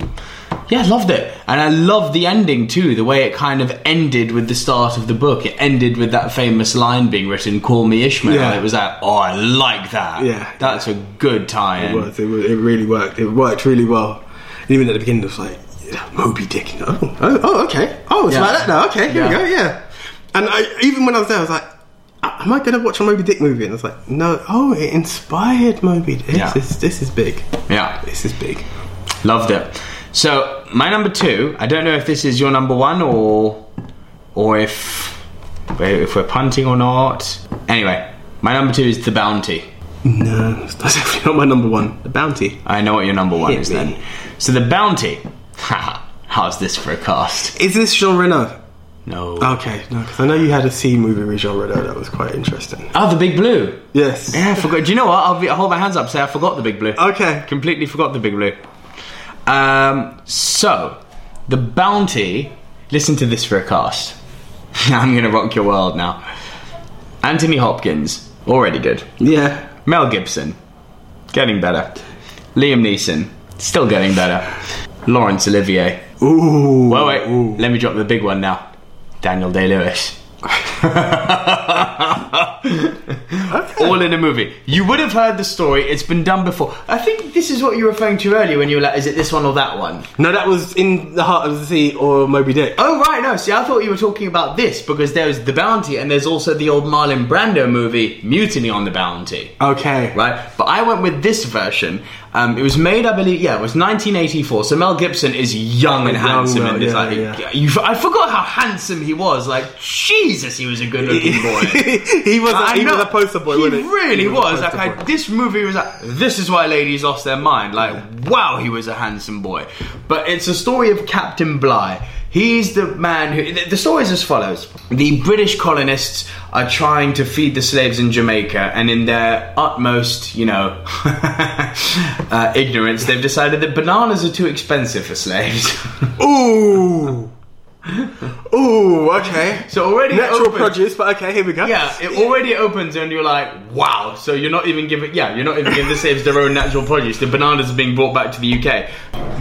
Speaker 2: yeah, I loved it, and I loved the ending too. The way it kind of ended with the start of the book. It ended with that famous line being written, "Call me Ishmael."
Speaker 1: Yeah.
Speaker 2: It was like, oh, I like that.
Speaker 1: Yeah.
Speaker 2: that's a good
Speaker 1: It
Speaker 2: tie-in.
Speaker 1: was. It, was, it really worked. It worked really well. And even at the beginning, it was like yeah, Moby Dick. you know. Oh, oh, oh, okay. Oh, it's
Speaker 2: Yeah.
Speaker 1: like that now. Okay, here
Speaker 2: Yeah.
Speaker 1: we go. Yeah. And I, even when I was there, I was like, am I going to watch a Moby Dick movie? And it's like, no. Oh, it inspired Moby Dick.
Speaker 2: Yeah.
Speaker 1: This, this is big.
Speaker 2: Yeah.
Speaker 1: This is big.
Speaker 2: Loved it. So my number two. I don't know if this is your number one or or if if we're punting or not. Anyway, my number two is the bounty.
Speaker 1: No, that's (laughs) definitely not my number one. The Bounty.
Speaker 2: I know what your number one
Speaker 1: Hit
Speaker 2: is
Speaker 1: me.
Speaker 2: then. So the bounty. Haha. How's this for a cast?
Speaker 1: Is this Jean Reno?
Speaker 2: No.
Speaker 1: Okay, no, because I know you had a C movie with Jean Reno that was quite interesting.
Speaker 2: Oh, the big blue.
Speaker 1: Yes.
Speaker 2: Yeah, I forgot. Do you know what? I'll, be, I'll hold my hands up. and Say I forgot the big blue.
Speaker 1: Okay.
Speaker 2: completely forgot the big blue. Um, so the bounty. Listen to this for a cast. (laughs) I'm gonna rock your world now. Anthony Hopkins, already good.
Speaker 1: Yeah.
Speaker 2: Mel Gibson, getting better. Liam Neeson, still getting better. Laurence Olivier.
Speaker 1: Ooh.
Speaker 2: Well, wait, let me drop the big one now. Daniel Day Lewis. All in a movie. You would have heard the story. It's been done before. I think this is what you were referring to earlier when you were like, "Is it this one or that one?"
Speaker 1: No, that was in the Heart of the Sea or Moby Dick.
Speaker 2: Oh right, no. See, I thought you were talking about this because there's the Bounty and there's also the old Marlon Brando movie, Mutiny on the Bounty.
Speaker 1: Okay.
Speaker 2: Right, but I went with this version. Um, it was made, I believe, yeah, it was 1984. So Mel Gibson is young and
Speaker 1: Young
Speaker 2: handsome,
Speaker 1: Mel,
Speaker 2: and it's
Speaker 1: yeah,
Speaker 2: like
Speaker 1: yeah.
Speaker 2: You, I forgot how handsome he was. Like Jesus, he was
Speaker 1: (laughs)
Speaker 2: a good-looking boy.
Speaker 1: he was a,
Speaker 2: I
Speaker 1: he
Speaker 2: know-
Speaker 1: was a poster boy,
Speaker 2: He
Speaker 1: wasn't he?
Speaker 2: really
Speaker 1: He
Speaker 2: was.
Speaker 1: a
Speaker 2: Like
Speaker 1: poster
Speaker 2: I,
Speaker 1: boy.
Speaker 2: this movie was like, this is why ladies lost their mind. Like, wow, he was a handsome boy. But it's a story of Captain Bligh. He's the man who. The, the story is as follows: the British colonists are trying to feed the slaves in Jamaica, and in their utmost, you know, (laughs) uh, ignorance, they've decided that bananas are too expensive for slaves. (laughs)
Speaker 1: Ooh. Ooh, okay.
Speaker 2: So already it
Speaker 1: Natural
Speaker 2: opens-
Speaker 1: produce, but okay, here we go.
Speaker 2: Yeah, it already opens and you're like, wow. So you're not even giving, yeah, you're not even
Speaker 1: (laughs)
Speaker 2: giving the slaves their own natural produce. The bananas are being brought back to the UK.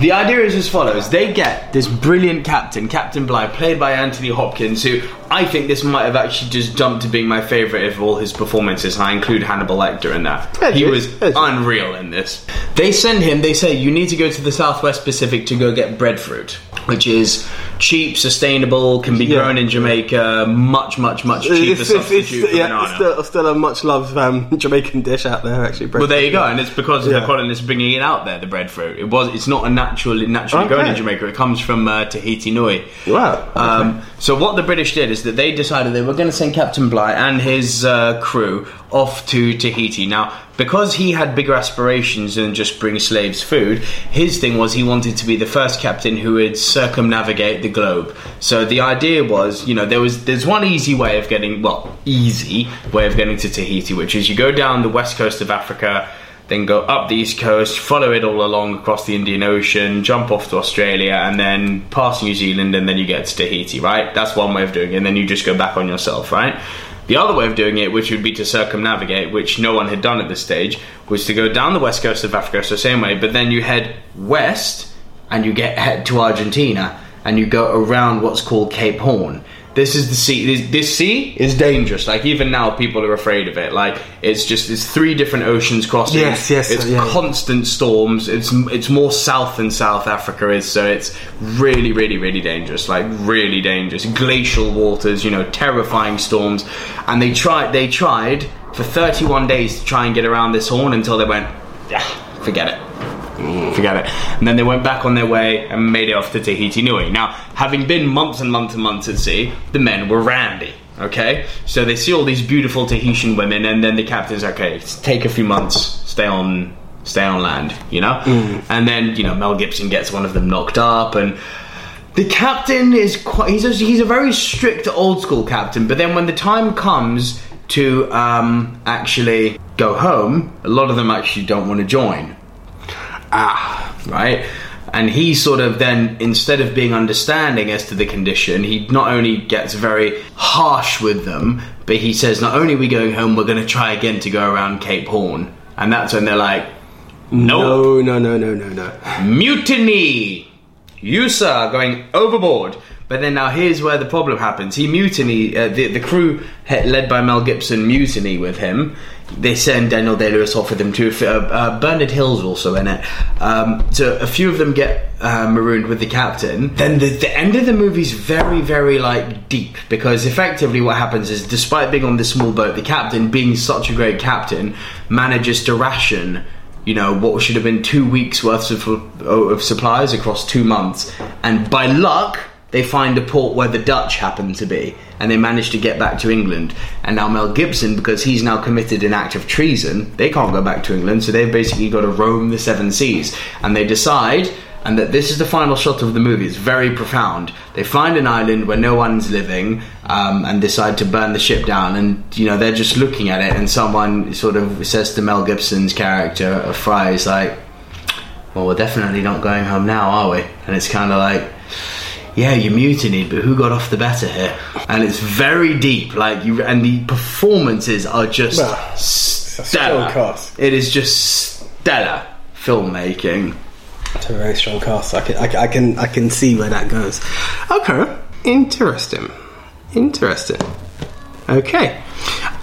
Speaker 2: The idea is as follows: they get this brilliant captain, Captain Bligh, played by Anthony Hopkins, who I think this might have actually just jumped to being my favourite of all his performances. And I include Hannibal Lecter in that.
Speaker 1: Yeah,
Speaker 2: he
Speaker 1: dude.
Speaker 2: was
Speaker 1: Yeah, dude.
Speaker 2: unreal in this. They send him, they say, you need to go to the Southwest Pacific to go get breadfruit, which is cheap, sustainable, can be
Speaker 1: Yeah.
Speaker 2: grown in Jamaica, much, much, much cheaper
Speaker 1: It's, it's, it's,
Speaker 2: substitute for
Speaker 1: yeah,
Speaker 2: banana.
Speaker 1: it's still, still a much loved um, (laughs) Jamaican dish out there, actually.
Speaker 2: well, there you go, and it's because of the
Speaker 1: Yeah.
Speaker 2: colonists bringing it out there, the breadfruit. It was, it's not a naturally naturally grown in
Speaker 1: Okay.
Speaker 2: Jamaica. It comes from uh, Tahiti Nui.
Speaker 1: Wow.
Speaker 2: Um, so what the British did is that they decided they were going to send Captain Bligh and his uh, crew off to Tahiti. Now, because he had bigger aspirations than just bring slaves food, his thing was he wanted to be the first captain who would circumnavigate the globe. So the idea was, you know, there was there's one easy way of getting well, easy way of getting to Tahiti, which is you go down the west coast of Africa then go up the east coast, follow it all along across the Indian Ocean, jump off to Australia, and then pass New Zealand, and then you get to Tahiti, right? That's one way of doing it, and then you just go back on yourself, right? The other way of doing it, which would be to circumnavigate, which no one had done at this stage, was to go down the west coast of Africa, so same way, but then you head west and you get head to Argentina and you go around what's called Cape Horn. This is the sea. This, this sea is dangerous. Like even now, people are afraid of it. Like it's just it's three different oceans crossing.
Speaker 1: Yes, yes, uh,
Speaker 2: It's
Speaker 1: yeah.
Speaker 2: constant storms. It's it's more south than South Africa is, so it's really, really, really dangerous. Like really dangerous. Glacial waters. You know, terrifying storms. And they tried. They tried for 31 days to try and get around this horn until they went, yeah, forget it forget it. And then they went back on their way and made it off to Tahiti Nui. Now, having been months and months and months at sea, the men were randy. Okay, so they see all these beautiful Tahitian women, and then the captain's okay. s- Take a few months, stay on, stay on land, you know. And then you know Mel Gibson gets one of them knocked up, and the captain is quite. He's a, he's a very strict, old school captain. But then when the time comes to um, actually go home, a lot of them actually don't want to join ah, right? And he sort of then, instead of being understanding as to the condition, he not only gets very harsh with them, but he says, not only are we going home, we're going to try again to go around Cape Horn. And that's when they're like, nope
Speaker 1: No, no, no, no, no, no.
Speaker 2: mutiny. You, sir, are going overboard. But then now here's where the problem happens. He mutiny. Uh, the the crew he- led by Mel Gibson mutiny with him. they send Daniel Day Lewis off with them too. If, uh, uh, Bernard Hill's also in it. Um, so a few of them get uh, marooned with the captain. Then the, the end of the movie's very, very like deep because effectively what happens is, despite being on this small boat, the captain, being such a great captain, manages to ration. You know what should have been two weeks' worth of, of supplies across two months, and by luck, they find a port where the Dutch happen to be, and they manage to get back to England. And now Mel Gibson, because he's now committed an act of treason, they can't go back to England, so they've basically got to roam the seven seas. And they decide, and that this is the final shot of the movie, it's very profound. They find an island where no one's living, um, and decide to burn the ship down. And, you know, they're just looking at it, and someone sort of says to Mel Gibson's character, uh, Fry, is like, well, we're definitely not going home now, are we? And it's kind of like, yeah, you mutinied, but who got off the better here? And it's very deep, like you, and the performances are just
Speaker 1: Well, it's a
Speaker 2: stellar.
Speaker 1: strong cast.
Speaker 2: It is just stellar filmmaking.
Speaker 1: It's a very strong cast. I can, I, can- I can, I can see where that goes. Okay, interesting, interesting. Okay,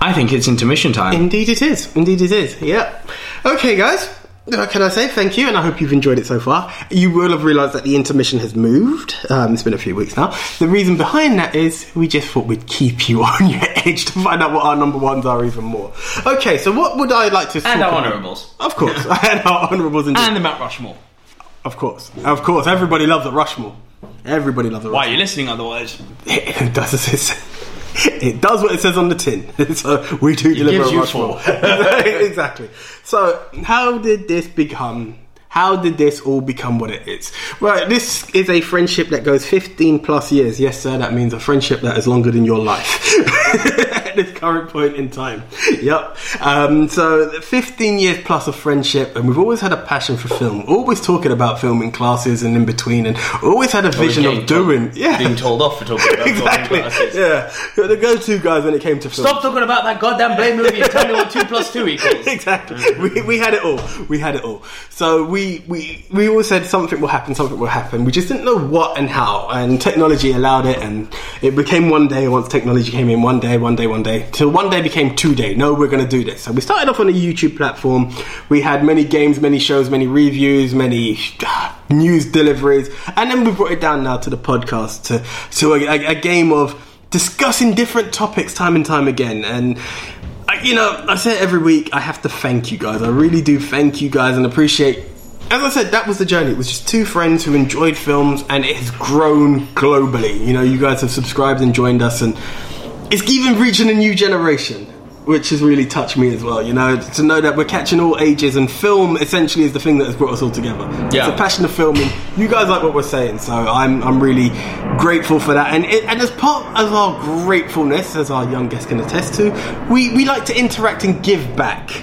Speaker 2: I think it's intermission time.
Speaker 1: indeed it is. Indeed it is. Yep. Okay, guys. What can I say? Thank you, and I hope you've enjoyed it so far. You will have realised that the intermission has moved. Um, it's been a few weeks now. The reason behind that is we just thought we'd keep you (laughs) on your edge to find out what our number ones are even more. Okay, so what would I like to?
Speaker 4: And
Speaker 1: talk
Speaker 4: our
Speaker 1: about?
Speaker 4: honourables.
Speaker 1: of course, (laughs) and our honourables, indeed.
Speaker 4: And the Mount Rushmore.
Speaker 1: Of course, of course. Everybody loves a Rushmore. Everybody loves a
Speaker 4: Why are
Speaker 1: Rushmore.
Speaker 4: you listening otherwise?
Speaker 1: It does as it says- (laughs) It does what it says on the tin. (laughs) so we do deliver
Speaker 4: gives
Speaker 1: a
Speaker 4: you
Speaker 1: Rushmore. (laughs)
Speaker 4: four.
Speaker 1: exactly. So how did this become? How did this all become what it is? Well, this is a friendship that goes 15 plus years. Yes, sir, that means a friendship that is longer than your life. (laughs) at this current point in time. Yep. Um, so, 15 years plus of friendship, and we've always had a passion for film. Always talking about film in classes and in between, and always had a vision
Speaker 4: getting
Speaker 1: of
Speaker 4: told-
Speaker 1: doing. yeah,
Speaker 4: being told off for talking about
Speaker 1: (laughs) exactly.
Speaker 4: talking about us.
Speaker 1: yeah, They were the go-to guys when it came to film.
Speaker 4: Stop talking about that goddamn Blade movie and tell me what 2 plus 2 equals.
Speaker 1: (laughs) exactly. We, we had it all. We had it all. So we, we we all said something will happen, something will happen. We just didn't know what and how. And technology allowed it, and it became one day. Once technology came in, one day, one day, one day, till one day became two day. No, we're going to do this. So we started off on a YouTube platform. We had many games, many shows, many reviews, many (sighs) news deliveries, and then we brought it down now to the podcast to to a, a, a game of discussing different topics time and time again and I, you know, I say it every week. I have to thank you guys. I really do thank you guys and appreciate. As I said, that was the journey. It was just two friends who enjoyed films, and it has grown globally. You know, you guys have subscribed and joined us, and it's even reaching a new generation, which has really touched me as well. You know, to know that we're catching all ages, and film essentially is the thing that has brought us all together.
Speaker 4: Yeah.
Speaker 1: It's a passion of filming. You guys like what we're saying, so I'm I'm really grateful for that. And it, and as part of our gratefulness, as our young guest can attest to, we we like to interact and give back.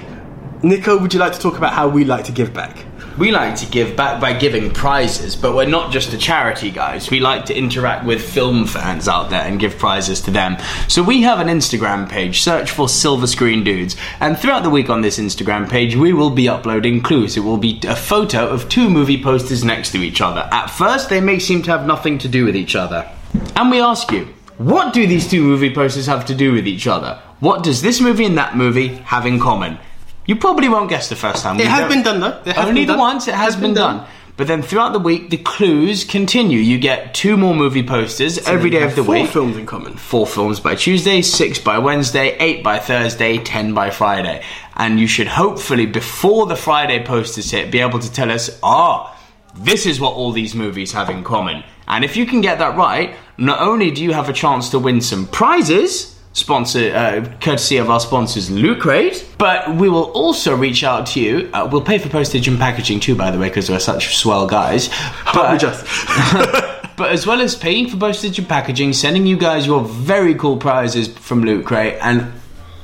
Speaker 1: Nico, would you like to talk about how we like to give back?
Speaker 2: We like to give back by giving prizes, but we're not just a charity, guys. We like to interact with film fans out there and give prizes to them. So we have an Instagram page. Search for Silver Screen Dudes, and throughout the week on this Instagram page, we will be uploading clues. It will be a photo of two movie posters next to each other. At first, they may seem to have nothing to do with each other, and we ask you, what do these two movie posters have to do with each other? What does this movie and that movie have in common? You probably won't guess the first time.
Speaker 1: It
Speaker 2: we
Speaker 1: has
Speaker 2: don't-
Speaker 1: been done though. It has
Speaker 2: only
Speaker 1: been
Speaker 2: the
Speaker 1: done.
Speaker 2: once it has been done. But then throughout the week, the clues continue. You get two more movie posters every day of the
Speaker 1: Four
Speaker 2: week.
Speaker 1: films in common.
Speaker 2: Four films by Tuesday, six by Wednesday, eight by Thursday, ten by Friday. And you should hopefully, before the Friday posters hit, be able to tell us, ah, this is what all these movies have in common. And if you can get that right, not only do you have a chance to win some prizes, sponsor uh, courtesy of our sponsors Lucrate. But we will also reach out to you. Uh, we'll pay for postage and packaging too, by the way, because we're such swell guys. But
Speaker 1: we just?
Speaker 2: (laughs) but as well as paying for postage and packaging, sending you guys your very cool prizes from Lucrate, and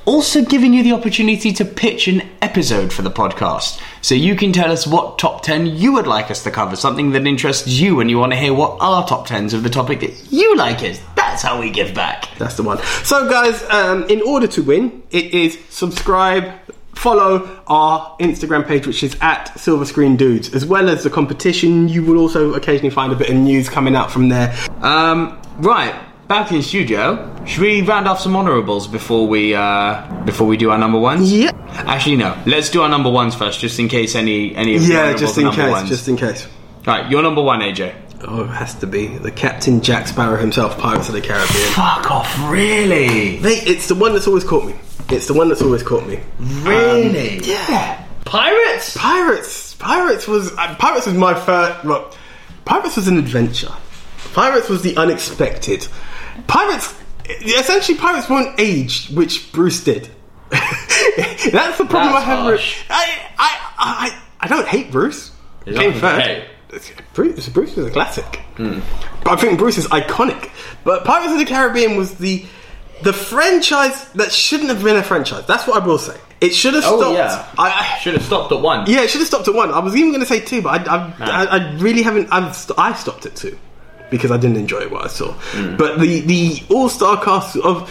Speaker 2: also giving you the opportunity to pitch an episode for the podcast. So you can tell us what top 10 you would like us to cover, something that interests you, and you want to hear what our top 10s of the topic that you like is. That's how we give back.
Speaker 1: That's the one. So, guys, um, in order to win, it is subscribe, follow our Instagram page, which is at Silver Screen Dudes, as well as the competition. You will also occasionally find a bit of news coming out from there.
Speaker 2: Um, right. back in the studio. Should we round off some honorables before we uh, before we do our number ones?
Speaker 1: Yeah.
Speaker 2: Actually, no. Let's do our number ones first, just in case any any of the
Speaker 1: Yeah,
Speaker 2: honorables
Speaker 1: just
Speaker 2: are
Speaker 1: in
Speaker 2: number
Speaker 1: case.
Speaker 2: ones.
Speaker 1: Just in case.
Speaker 2: Right, you're number one, AJ.
Speaker 1: Oh, it has to be the Captain Jack Sparrow himself, Pirates of the Caribbean.
Speaker 2: Fuck off, really?
Speaker 1: They, it's the one that's always caught me. It's the one that's always caught me. Um,
Speaker 2: Really?
Speaker 1: Yeah,
Speaker 2: Pirates?
Speaker 1: Pirates. Pirates was uh, Pirates was my first. Well, Pirates was an adventure. Pirates was the unexpected. Pirates, essentially, pirates weren't aged, which Bruce did. (laughs) that's the problem I
Speaker 2: That's
Speaker 1: have.
Speaker 2: harsh.
Speaker 1: With, I, I, I, I don't hate Bruce. Came
Speaker 2: nothing to
Speaker 1: first.
Speaker 2: hate.
Speaker 1: Bruce, Bruce was a classic.
Speaker 2: Hmm.
Speaker 1: But I think Bruce is iconic. But Pirates of the Caribbean was the the franchise that shouldn't have been a franchise. That's what I will say. It should have
Speaker 2: Oh,
Speaker 1: stopped.
Speaker 2: yeah.
Speaker 1: I, I,
Speaker 2: Should have stopped at one.
Speaker 1: yeah, it should have stopped at one. I was even going to say two, but I, I, I, I really haven't. I've st- I stopped at two because I didn't enjoy what I saw.
Speaker 2: Hmm.
Speaker 1: But the the all star cast of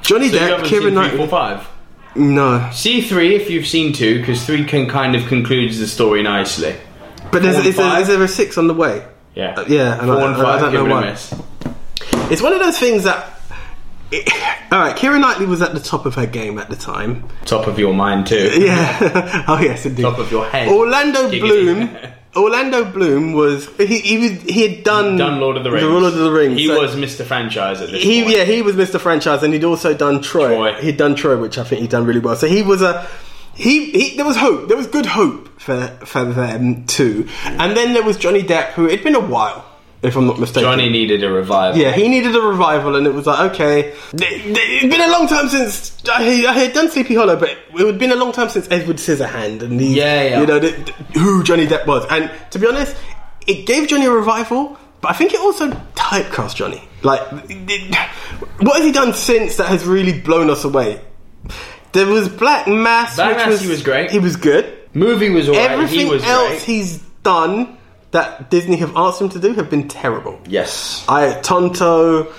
Speaker 1: Johnny
Speaker 2: So you
Speaker 1: Depp,
Speaker 2: haven't
Speaker 1: Kieran
Speaker 2: seen three,
Speaker 1: Knightley.
Speaker 2: four, five.
Speaker 1: No,
Speaker 2: See three if you've seen two, because three can kind of concludes the story nicely.
Speaker 1: but there's,
Speaker 2: Four and
Speaker 1: is, there,
Speaker 2: five.
Speaker 1: is there a six on the way?
Speaker 2: Yeah,
Speaker 1: Uh, yeah, and
Speaker 2: Four
Speaker 1: I-
Speaker 2: and
Speaker 1: I- I
Speaker 2: five,
Speaker 1: don't know
Speaker 2: give it a
Speaker 1: why.
Speaker 2: miss.
Speaker 1: It's one of those things that. all right, Kieran Knightley was at the top of her game at the time. (laughs)
Speaker 2: Top of your mind too.
Speaker 1: Yeah. oh yes, indeed.
Speaker 2: Top of your head.
Speaker 1: Orlando
Speaker 2: Giggity.
Speaker 1: Bloom.
Speaker 2: (laughs)
Speaker 1: Orlando Bloom was he he, was, he had done
Speaker 2: Done Lord of the Rings.
Speaker 1: Lord of the Rings.
Speaker 2: He
Speaker 1: so-
Speaker 2: was Mr. Franchise at this point.
Speaker 1: He yeah he was Mr. Franchise and he'd also done Troy.
Speaker 2: Troy.
Speaker 1: He'd done Troy, which I think he'd done really well. So he was a he, he there was hope. There was good hope for for them too. And then there was Johnny Depp, who it'd been a while, if I'm not mistaken.
Speaker 2: Johnny needed a revival.
Speaker 1: Yeah, he needed a revival, and it was like, okay, it's been a long time since I, I had done Sleepy Hollow, but it had been a long time since Edward Scissorhand and the,
Speaker 2: Yeah, yeah.
Speaker 1: you know, the, the- who Johnny Depp was. And to be honest, it gave Johnny a revival, but I think it also typecast Johnny. Like, it- what has he done since that has really blown us away? There was Black Mass,
Speaker 2: Black
Speaker 1: which
Speaker 2: Mass,
Speaker 1: was
Speaker 2: he was great.
Speaker 1: He was good.
Speaker 2: Movie was alright.
Speaker 1: Everything
Speaker 2: he was
Speaker 1: else
Speaker 2: great.
Speaker 1: he's done that Disney have asked him to do have been terrible.
Speaker 2: Yes.
Speaker 1: I Tonto.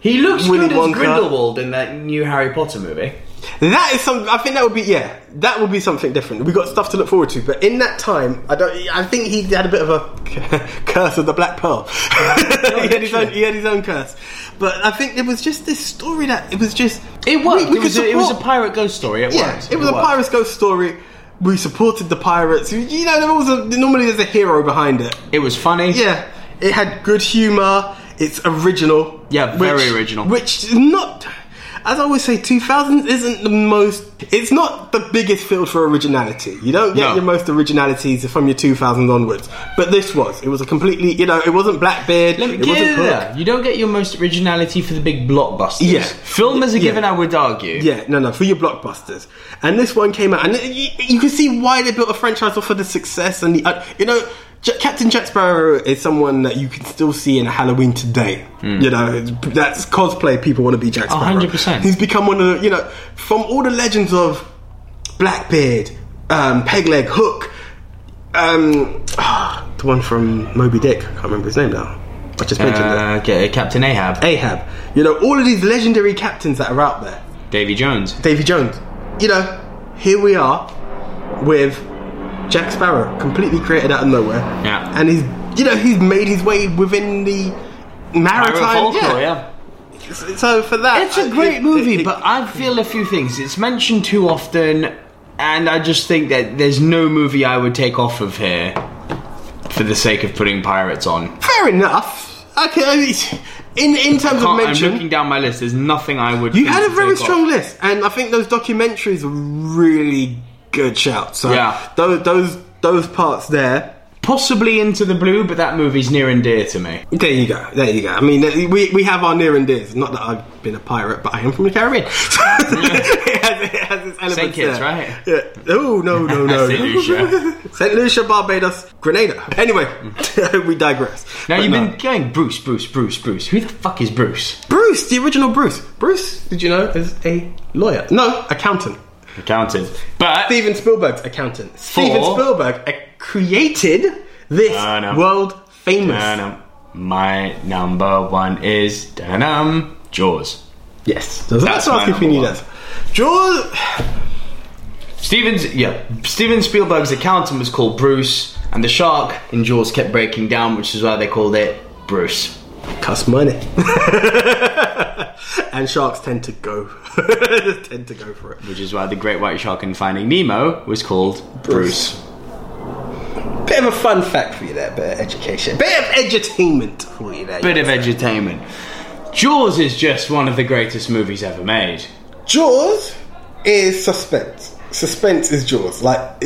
Speaker 2: He looks
Speaker 1: Uh, Willy
Speaker 2: good
Speaker 1: Wonka.
Speaker 2: as Grindelwald in that new Harry Potter movie.
Speaker 1: That is something. I think that would be yeah. That would be something different. We got stuff to look forward to, but in that time, I don't. I think he had a bit of a (laughs) curse of the black pearl. (laughs) he, had his own, he had his own curse, but I think it was just this story that it was just
Speaker 2: It worked.
Speaker 1: We- we
Speaker 2: it, was
Speaker 1: could
Speaker 2: a, it was a
Speaker 1: support-
Speaker 2: pirate ghost story. It
Speaker 1: yeah,
Speaker 2: worked.
Speaker 1: it was a
Speaker 2: worked.
Speaker 1: pirate's ghost story. We supported the pirates. You know, there was a, normally there's a hero behind it.
Speaker 2: It was funny.
Speaker 1: Yeah, it had good humor. It's original.
Speaker 2: Yeah, very original.
Speaker 1: Which is not, as I always say, 2000 isn't the most. It's not the biggest field for originality. You don't get
Speaker 2: No.
Speaker 1: your most originalities from your 2000 onwards. But this was. It was a completely. You know, it wasn't Blackbeard.
Speaker 2: Let me
Speaker 1: it wasn't
Speaker 2: get
Speaker 1: Hook.
Speaker 2: there. You don't get your most originality for the big blockbusters.
Speaker 1: Yeah.
Speaker 2: Film is a
Speaker 1: Yeah.
Speaker 2: given, I would argue.
Speaker 1: Yeah, no, no, for your blockbusters. And this one came out, and you, you can see why they built a franchise off of the success and the. Uh, you know, J- Captain Jack Sparrow is someone that you can still see in Halloween today. You know, it's- that's cosplay, people want to be Jack Sparrow.
Speaker 2: 100%.
Speaker 1: He's become one of the, you know, from all the legends of Blackbeard, um, Pegleg, Hook, um, (sighs) the one from Moby Dick, I can't remember his name now. I just mentioned it.
Speaker 2: Uh, okay, Captain Ahab.
Speaker 1: Ahab. You know, all of these legendary captains that are out there.
Speaker 2: Davy Jones.
Speaker 1: Davy Jones. You know, here we are with Jack Sparrow, completely created out of nowhere.
Speaker 2: Yeah.
Speaker 1: And he's, you know, he's made his way within the
Speaker 2: Pirate
Speaker 1: maritime.
Speaker 2: folklore,
Speaker 1: So for that,
Speaker 2: It's a
Speaker 1: I-
Speaker 2: great
Speaker 1: oh, Uh, it-
Speaker 2: movie,
Speaker 1: it- it-
Speaker 2: but I feel a few things. It's mentioned too often, and I just think that there's no movie I would take off of here for the sake of putting pirates on.
Speaker 1: fair enough. Okay, I mean, in in terms of
Speaker 2: Can't- I'm
Speaker 1: mention,
Speaker 2: looking down my list. There's nothing I would.
Speaker 1: You
Speaker 2: think
Speaker 1: had
Speaker 2: to
Speaker 1: a very
Speaker 2: take off.
Speaker 1: strong list, and I think those documentaries are really good shout. So
Speaker 2: Yeah.
Speaker 1: those those those parts there.
Speaker 2: Possibly Into the Blue, but that movie's near and dear to me.
Speaker 1: There you go. There you go. I mean, uh, we, we have our near and dears. Not that I've been a pirate, but I am from the Caribbean. (laughs) it, has, it has its elements
Speaker 2: Kitts,
Speaker 1: there.
Speaker 2: right?
Speaker 1: Yeah. Oh no no no.
Speaker 2: (laughs) Saint
Speaker 1: no.
Speaker 2: Lucia.
Speaker 1: (laughs) Saint Lucia, Barbados, Grenada. Anyway, (laughs) we digress.
Speaker 2: Now
Speaker 1: But
Speaker 2: you've
Speaker 1: no.
Speaker 2: been going Bruce, Bruce, Bruce, Bruce. Who the fuck is Bruce?
Speaker 1: Bruce, the original Bruce. Bruce, did you know, is a lawyer? No, accountant.
Speaker 2: Accountant. But
Speaker 1: Steven Spielberg's accountant. Steven
Speaker 2: For-
Speaker 1: Spielberg uh, created this
Speaker 2: I know.
Speaker 1: world famous.
Speaker 2: Dun-dum. My number one is dun-dum, Jaws.
Speaker 1: Yes, so that's,
Speaker 2: That's
Speaker 1: what I
Speaker 2: my
Speaker 1: was asking if you knew
Speaker 2: number
Speaker 1: that. Jaws.
Speaker 2: Steven's yeah, Steven Spielberg's accountant was called Bruce, and the shark in Jaws kept breaking down, which is why they called it Bruce.
Speaker 1: Costs money. (laughs) and sharks tend to go (laughs) tend to go for it.
Speaker 2: which is why the great white shark in Finding Nemo was called Bruce.
Speaker 1: Bit of a fun fact for you there, bit of education. Bit of edutainment for you there.
Speaker 2: Bit of entertainment. Jaws is just one of the greatest movies ever made.
Speaker 1: Jaws is suspense. Suspense is Jaws. Like it-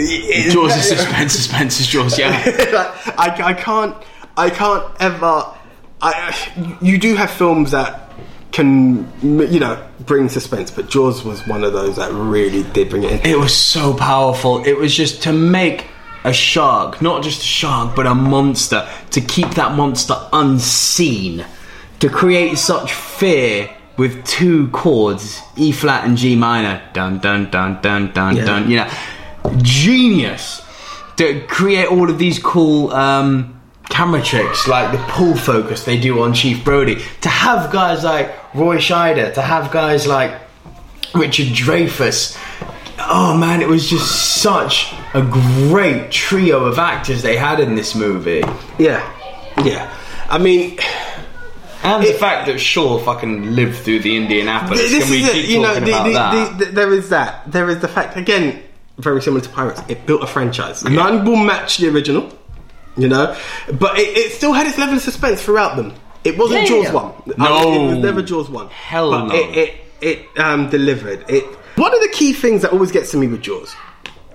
Speaker 1: it-
Speaker 2: Jaws is suspense, suspense is Jaws, yeah.
Speaker 1: (laughs) like, I, I can't I can't ever I you do have films that can you know bring suspense but Jaws was one of those that really did bring it in
Speaker 2: It was so powerful. It was just to make a shark, not just a shark, but a monster, to keep that monster unseen, to create such fear with two chords, E flat and G minor. Dun dun dun dun dun
Speaker 1: Yeah.
Speaker 2: dun. You know, genius to create all of these cool um, camera tricks, like the pull focus they do on Chief Brody. To have guys like Roy Scheider, to have guys like Richard Dreyfuss. Oh man, it was just such a great trio of actors they had in this movie.
Speaker 1: yeah yeah I mean
Speaker 2: And the fact that Shaw fucking lived through the Indianapolis.
Speaker 1: this
Speaker 2: Can we
Speaker 1: is
Speaker 2: keep
Speaker 1: it you know
Speaker 2: talking
Speaker 1: the-
Speaker 2: about
Speaker 1: the-
Speaker 2: that?
Speaker 1: the- the- there is that there is the fact again very similar to Pirates it built a franchise none will match the original you know but it, it still had its level of suspense throughout them it wasn't
Speaker 2: Yeah,
Speaker 1: Jaws
Speaker 2: yeah.
Speaker 1: 1
Speaker 2: No.
Speaker 1: it was never Jaws 1
Speaker 2: Hell
Speaker 1: but
Speaker 2: no.
Speaker 1: it, it it um, delivered. It one of the key things that always gets to me with Jaws,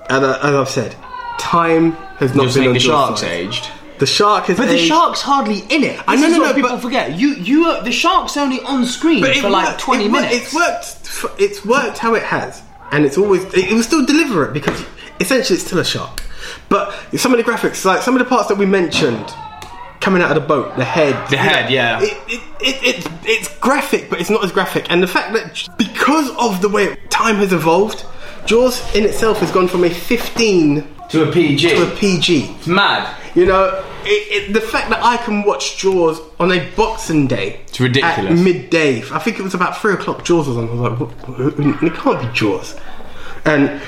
Speaker 1: and uh, as I've said, time has not
Speaker 2: Just
Speaker 1: been
Speaker 2: like
Speaker 1: on
Speaker 2: the
Speaker 1: Jaws'
Speaker 2: shark's
Speaker 1: side.
Speaker 2: aged.
Speaker 1: The shark has,
Speaker 2: But the
Speaker 1: aged,
Speaker 2: shark's hardly in it.
Speaker 1: I
Speaker 2: This
Speaker 1: know,
Speaker 2: is
Speaker 1: no,
Speaker 2: what
Speaker 1: no,
Speaker 2: people
Speaker 1: but-
Speaker 2: forget. You, you, are, the shark's only on screen
Speaker 1: but it
Speaker 2: for like
Speaker 1: worked-
Speaker 2: twenty
Speaker 1: it wor-
Speaker 2: minutes.
Speaker 1: It's worked. f- It's worked how it has, and it's always it, it will still deliver it because essentially it's still a shark. But some of the graphics, like some of the parts that we mentioned. Coming out of the boat, the head. you
Speaker 2: The head, yeah.
Speaker 1: It, it, it, it, it's graphic, but it's not as graphic. And the fact that because of the way time has evolved, Jaws in itself has gone from a 15
Speaker 2: To a PG.
Speaker 1: to a PG.
Speaker 2: Mad.
Speaker 1: You know, it, it, the fact that I can watch Jaws on a Boxing Day. It's
Speaker 2: ridiculous.
Speaker 1: At midday. I think it was about three o'clock Jaws was on. I was like, "What- what- it can't be Jaws. And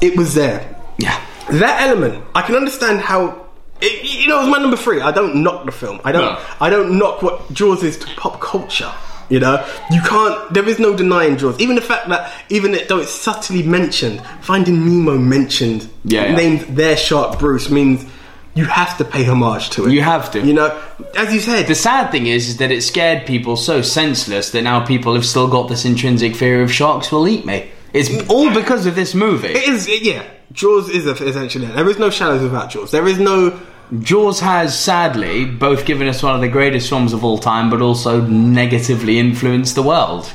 Speaker 1: it was there.
Speaker 2: Yeah.
Speaker 1: That element, I can understand how. It, you know, it was my number three. I don't knock the film. I don't.
Speaker 2: No.
Speaker 1: I don't knock what Jaws is to pop culture. You know, you can't. There is no denying Jaws. Even the fact that, even it, though it's subtly mentioned, Finding Nemo mentioned,
Speaker 2: Yeah, yeah.
Speaker 1: named their shark Bruce means you have to pay homage to it.
Speaker 2: You have to.
Speaker 1: You know, as you said,
Speaker 2: The sad thing is, is that it scared people so senseless that now people have still got this intrinsic fear of sharks will eat me. It's all because of this movie.
Speaker 1: Mm. it is. It, yeah, Jaws is essentially there. There is no shadows without Jaws. There is no.
Speaker 2: Jaws has sadly both given us one of the greatest films of all time, but also negatively influenced the world.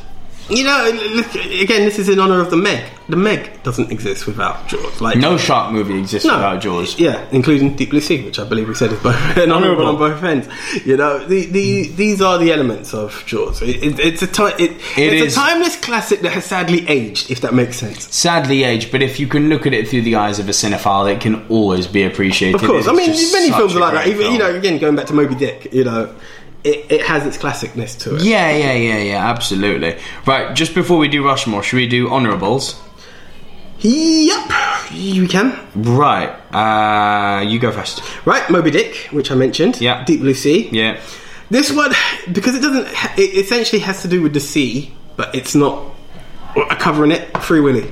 Speaker 1: You know, look, again, this is in honor of the Meg. The Meg doesn't exist without Jaws. Like
Speaker 2: No shark movie exists without Jaws.
Speaker 1: Yeah, including Deep Blue Sea, which I believe we said is both (laughs) an honourable on both ends. You know, the, the, these are the elements of Jaws. It, it, it's a ti- it, it's
Speaker 2: is.
Speaker 1: a timeless classic that has sadly aged, if that makes sense.
Speaker 2: Sadly aged, but if you can look at it through the eyes of a cinephile, it can always be appreciated.
Speaker 1: Of course,
Speaker 2: It's
Speaker 1: I mean,
Speaker 2: just
Speaker 1: many
Speaker 2: such
Speaker 1: films
Speaker 2: a
Speaker 1: are like that.
Speaker 2: great
Speaker 1: Even you
Speaker 2: film.
Speaker 1: know, again, going back to Moby Dick, you know, it, it has its classicness to it.
Speaker 2: Yeah, yeah, yeah, yeah, absolutely. Right, just before we do Rushmore, should we do honourables?
Speaker 1: Yep, you can.
Speaker 2: Right, uh, you go first.
Speaker 1: Right, Moby Dick, which I mentioned.
Speaker 2: Yeah.
Speaker 1: Deep Blue Sea.
Speaker 2: Yeah.
Speaker 1: This one, because it doesn't, it essentially has to do with the sea, but it's not covering it. Free Willy.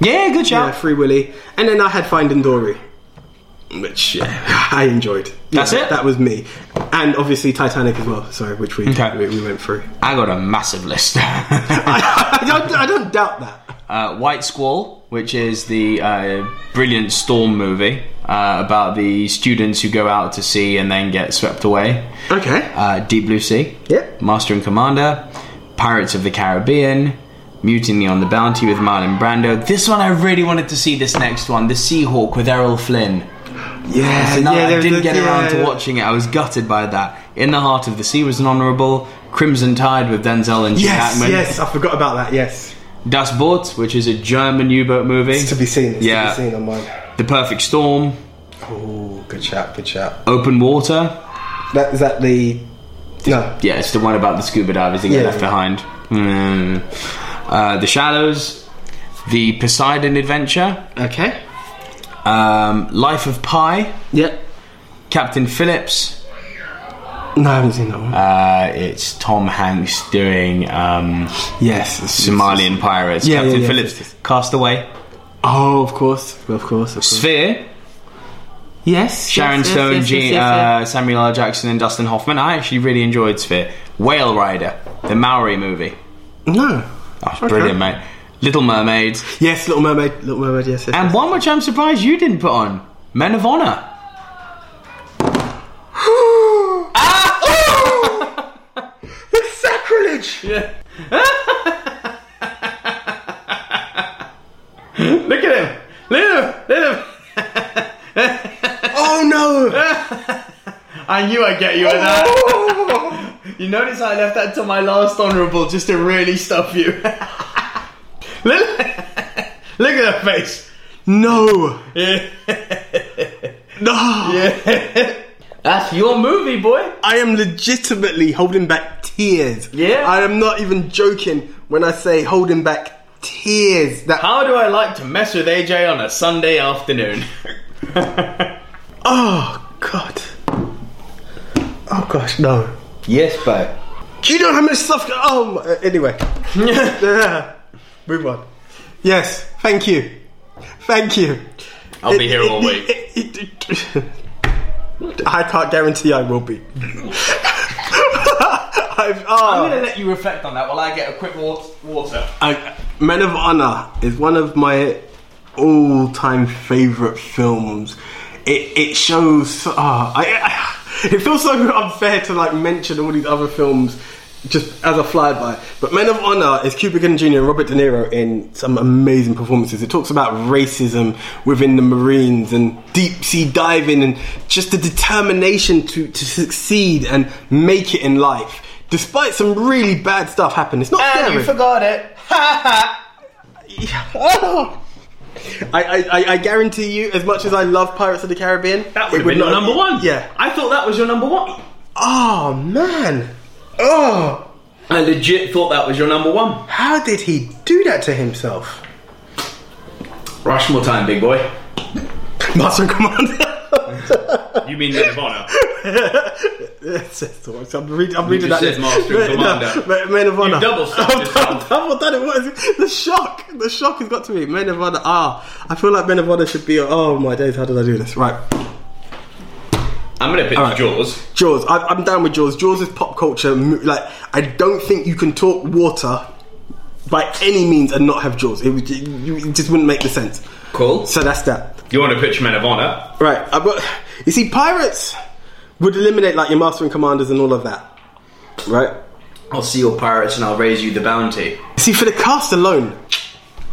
Speaker 2: Yeah, good
Speaker 1: Yeah,
Speaker 2: job.
Speaker 1: Free Willy. And then I had Finding Dory, which yeah, I enjoyed.
Speaker 2: That's
Speaker 1: Yeah,
Speaker 2: it?
Speaker 1: That was me. And obviously Titanic as well, sorry, which we,
Speaker 2: Okay.
Speaker 1: we, we went through. (laughs)
Speaker 2: I got a massive list. (laughs)
Speaker 1: I, I don't, I don't doubt that.
Speaker 2: uh, White Squall, which is the uh, brilliant storm movie uh, about the students who go out to sea and then get swept away.
Speaker 1: Okay.
Speaker 2: Uh, Deep Blue Sea.
Speaker 1: Yep.
Speaker 2: Master and Commander. Pirates of the Caribbean. Mutiny on the Bounty with Marlon Brando. This one I really wanted to see. This next one, The Seahawk with Errol Flynn.
Speaker 1: yeah,
Speaker 2: And I
Speaker 1: there-
Speaker 2: didn't
Speaker 1: there-
Speaker 2: get around
Speaker 1: yeah.
Speaker 2: to watching it. I was gutted by that. In the Heart of the Sea was an honourable. Crimson Tide with Denzel and Gene
Speaker 1: Yes,
Speaker 2: Hackman.
Speaker 1: yes, I forgot about that, yes.
Speaker 2: Das Boot, which is a German U-boat movie.
Speaker 1: It's to be seen, it's
Speaker 2: Yeah.
Speaker 1: to be seen on mine.
Speaker 2: The Perfect Storm,
Speaker 1: Oh, good shout, good shout.
Speaker 2: Open Water.
Speaker 1: That, is that the. No.
Speaker 2: Yeah, it's the one about the scuba divers that get
Speaker 1: Yeah.
Speaker 2: left behind. Mm. Uh, the Shallows, The Poseidon Adventure,
Speaker 1: Okay.
Speaker 2: um, Life of Pi,
Speaker 1: Yep.
Speaker 2: Captain Phillips,
Speaker 1: No, I haven't seen that one.
Speaker 2: Uh, it's Tom Hanks doing um,
Speaker 1: yes, it's-
Speaker 2: Somalian pirates.
Speaker 1: Yeah,
Speaker 2: Captain
Speaker 1: yeah, yeah.
Speaker 2: Phillips, Castaway,
Speaker 1: Oh, of course, of course, of course.
Speaker 2: Sphere,
Speaker 1: yes,
Speaker 2: Sharon
Speaker 1: yes, yes,
Speaker 2: Stone,
Speaker 1: yes,
Speaker 2: Gene,
Speaker 1: yes, yes, yes.
Speaker 2: Uh, Samuel L. Jackson, and Dustin Hoffman. I actually really enjoyed Sphere. Whale Rider, the Maori movie.
Speaker 1: No.
Speaker 2: Oh, it's brilliant, mate. Little Mermaid,
Speaker 1: Yes, Little Mermaid, Little Mermaid. Yes, yes.
Speaker 2: and one which I'm surprised you didn't put on, Men of Honor.
Speaker 1: sacrilege.
Speaker 2: Look at him. Look at him. Look at him.
Speaker 1: Oh no!
Speaker 2: I knew I'd get you with that. (laughs) you notice I left that to my last honourable just to really stuff you. (laughs) look, look at her (laughs) face.
Speaker 1: No! No!
Speaker 2: (laughs) That's your movie, boy.
Speaker 1: I am legitimately holding back tears.
Speaker 2: Yeah.
Speaker 1: I am not even joking when I say holding back tears. That
Speaker 2: How do I like to mess with AJ on a Sunday afternoon?
Speaker 1: oh god. Oh gosh, no.
Speaker 2: (laughs) yes, babe.
Speaker 1: Do you know how much stuff? Oh, my- uh,
Speaker 2: (laughs)
Speaker 1: anyway. Yeah. Move on. Yes, thank you. Thank you.
Speaker 2: I'll be here all week.
Speaker 1: I can't guarantee I will be. (laughs) I've,
Speaker 2: I'm gonna
Speaker 1: oh,
Speaker 2: let you reflect on that while I get a quick wa- water.
Speaker 1: I, Men of Honor is one of my all-time favorite films. It it shows. ah, I, I, it feels so unfair to like mention all these other films just as a flyby. But Men of Honor is Cuba Gooding Jr. and Robert De Niro in some amazing performances. It talks about racism within the Marines and deep sea diving and just the determination to to succeed and make it in life. Despite some really bad stuff happen, it's not
Speaker 2: And
Speaker 1: scary.
Speaker 2: you forgot it. Ha ha.
Speaker 1: (laughs) I, I, I- I guarantee you, as much as I love Pirates of the Caribbean, it
Speaker 2: That would have been
Speaker 1: not-
Speaker 2: your number one.
Speaker 1: Yeah.
Speaker 2: I thought that was your number one.
Speaker 1: Oh man. Oh,
Speaker 2: I legit thought that was your number one.
Speaker 1: how did he do that to himself? (laughs)
Speaker 2: Rushmore time, big boy.
Speaker 1: Master and (laughs) Commander.
Speaker 2: You mean Men of Honor?
Speaker 1: That's it. So I'm reading. I'm reading
Speaker 2: just
Speaker 1: that.
Speaker 2: said Master and
Speaker 1: (laughs)
Speaker 2: Commander.
Speaker 1: No, Men of Honor.
Speaker 2: double stuffed
Speaker 1: I've done- (laughs)
Speaker 2: yourself.
Speaker 1: double done it. What is it? The shock. The shock has got to me. Men of Honor. Ah, I feel like Men of Honor should be. Oh my days! How did I do this? Right.
Speaker 2: I'm gonna pick
Speaker 1: right.
Speaker 2: Jaws.
Speaker 1: Jaws. I, I'm down with Jaws. Jaws is pop culture. mo- Like I don't think you can talk water by any means and not have Jaws. It, would- you- it just wouldn't make the sense.
Speaker 2: Cool.
Speaker 1: So that's that.
Speaker 2: You want to pitch Men of Honor?
Speaker 1: Right. I've got, you see, pirates would eliminate like your master and commanders and all of that. Right.
Speaker 2: I'll see your pirates and I'll raise you the bounty.
Speaker 1: See, for the cast alone,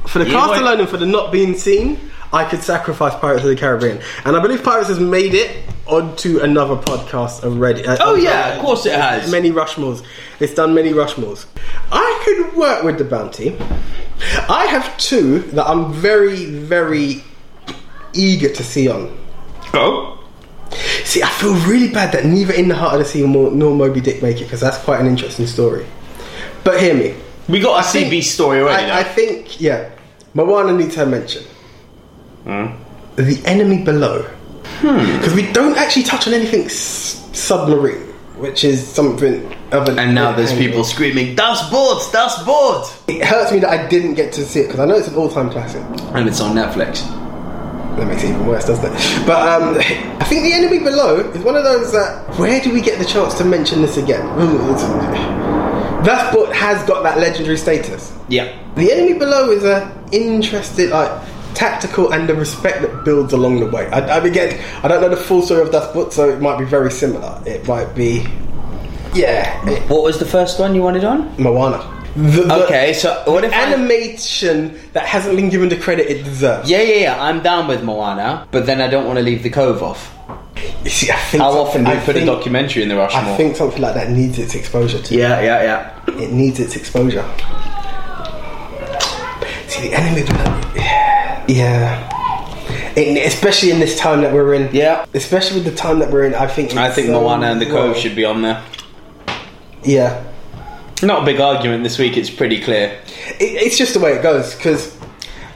Speaker 1: for the
Speaker 2: Yeah,
Speaker 1: cast
Speaker 2: why-
Speaker 1: alone and for the not being seen, I could sacrifice Pirates of the Caribbean. And I believe Pirates has made it onto another podcast already. Uh,
Speaker 2: Oh
Speaker 1: onto-
Speaker 2: yeah, of course it has.
Speaker 1: many Rushmores. It's done many Rushmores. I could work with the bounty. I have two that I'm very, very eager to see on.
Speaker 2: Oh.
Speaker 1: See, I feel really bad that neither In the Heart of the Sea nor, nor Moby Dick make it because that's quite an interesting story. But hear me.
Speaker 2: We got a
Speaker 1: think-
Speaker 2: CB story already.
Speaker 1: I, I
Speaker 2: though.
Speaker 1: think, yeah. Moana needs her mention.
Speaker 2: Hmm?
Speaker 1: The enemy below. Because we don't actually touch on anything s- submarine, which is something of an.
Speaker 2: and now there's
Speaker 1: angle.
Speaker 2: people screaming, "That's boards! That's boards!"
Speaker 1: It hurts me that I didn't get to see it because I know it's an all-time classic.
Speaker 2: And it's on Netflix.
Speaker 1: That makes it even worse, doesn't it? But um, I think the enemy below is one of those that where do we get the chance to mention this again? Ooh, it's- That's what has got that legendary status.
Speaker 2: Yeah.
Speaker 1: The enemy below is a interested, like tactical, and the respect that builds along the way. I, I again, I don't know the full story of that book, so it might be very similar. It might be, yeah, it-
Speaker 2: What was the first one you wanted on?
Speaker 1: Moana. The, the-
Speaker 2: Okay, so what if I-
Speaker 1: animation that hasn't been given the credit it deserves?
Speaker 2: Yeah, yeah, yeah. I'm down with Moana, but then I don't want to leave the cove off.
Speaker 1: You see, I think
Speaker 2: How often do
Speaker 1: I
Speaker 2: you put
Speaker 1: think-
Speaker 2: a documentary in the Rushmore?
Speaker 1: I think something like that needs its exposure. To
Speaker 2: Yeah, yeah, yeah.
Speaker 1: it needs its exposure. See, the enemy. Yeah. In, especially in this time that we're in.
Speaker 2: Yeah.
Speaker 1: Especially with the time that we're in, I think.
Speaker 2: I
Speaker 1: it's,
Speaker 2: think
Speaker 1: um,
Speaker 2: Moana and the Cove
Speaker 1: well,
Speaker 2: should be on there.
Speaker 1: Yeah.
Speaker 2: Not a big argument this week. It's pretty clear.
Speaker 1: It, it's just the way it goes because.
Speaker 2: You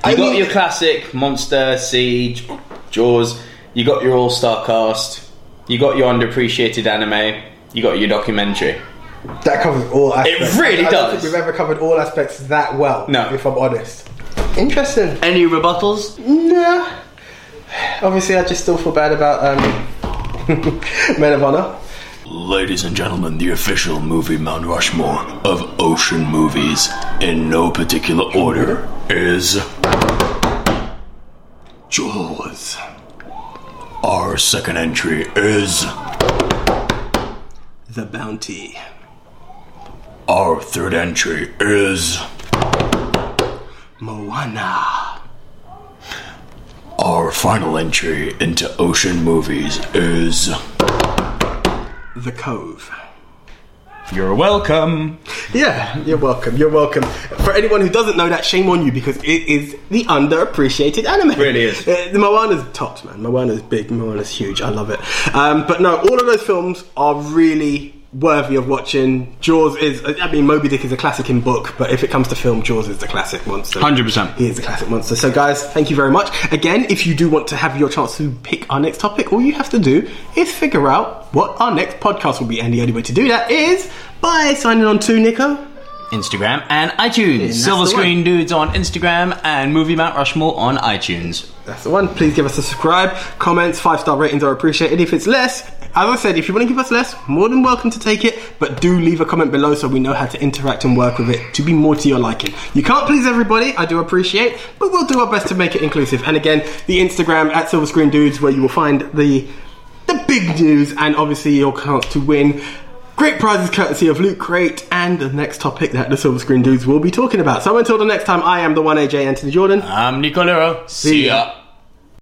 Speaker 1: I
Speaker 2: got
Speaker 1: mean-
Speaker 2: your classic Monster, Siege, Jaws. You got your all-star cast. You got your underappreciated anime. You got your documentary.
Speaker 1: That covers all aspects.
Speaker 2: really
Speaker 1: I don't
Speaker 2: does.
Speaker 1: think we've ever covered all aspects that well.
Speaker 2: No.
Speaker 1: If I'm honest. Interesting.
Speaker 2: Any rebuttals?
Speaker 1: Nah. Obviously, I just still feel bad about um, (laughs) Men of Honor.
Speaker 5: Ladies and gentlemen, the official movie Mount Rushmore of ocean movies, in no particular order, is. Jaws. Our second entry is.
Speaker 1: The Bounty.
Speaker 5: Our third entry is.
Speaker 1: Moana.
Speaker 5: Our final entry into ocean movies is.
Speaker 1: The Cove.
Speaker 2: You're welcome.
Speaker 1: Yeah, you're welcome. You're welcome. For anyone who doesn't know that, shame on you because it is the underappreciated anime.
Speaker 2: Really is.
Speaker 1: Uh, the Moana's tops, man. Moana's big. Moana's huge. I love it. Um, but no, all of those films are really worthy of watching. Jaws is. I mean, Moby Dick is a classic in book, but if it comes to film, Jaws is the classic monster.
Speaker 2: 100%.
Speaker 1: He is the classic monster. So, guys, thank you very much. Again, if you do want to have your chance to pick our next topic, all you have to do is figure out what our next podcast will be. And the only way to do that is by signing on to Nico.
Speaker 2: Instagram and iTunes.
Speaker 1: that's
Speaker 2: Silver
Speaker 1: the
Speaker 2: Screen Dudes on Instagram and Movie Mount Rushmore on iTunes.
Speaker 1: That's the one. Please give us a subscribe. Comments, five star ratings are appreciated. If it's less, as I said, if you want to give us less, more than welcome to take it. But do leave a comment below so we know how to interact and work with it to be more to your liking. You can't please everybody, I do appreciate, but we'll do our best to make it inclusive. And again, the Instagram at Silver Screen Dudes, where you will find the the big news and obviously your chance to win. Great prizes courtesy of Luke Crate and the next topic that the Silver Screen Dudes will be talking about. So until the next time, I am the one AJ Anthony Jordan.
Speaker 2: I'm Nicolero. See ya.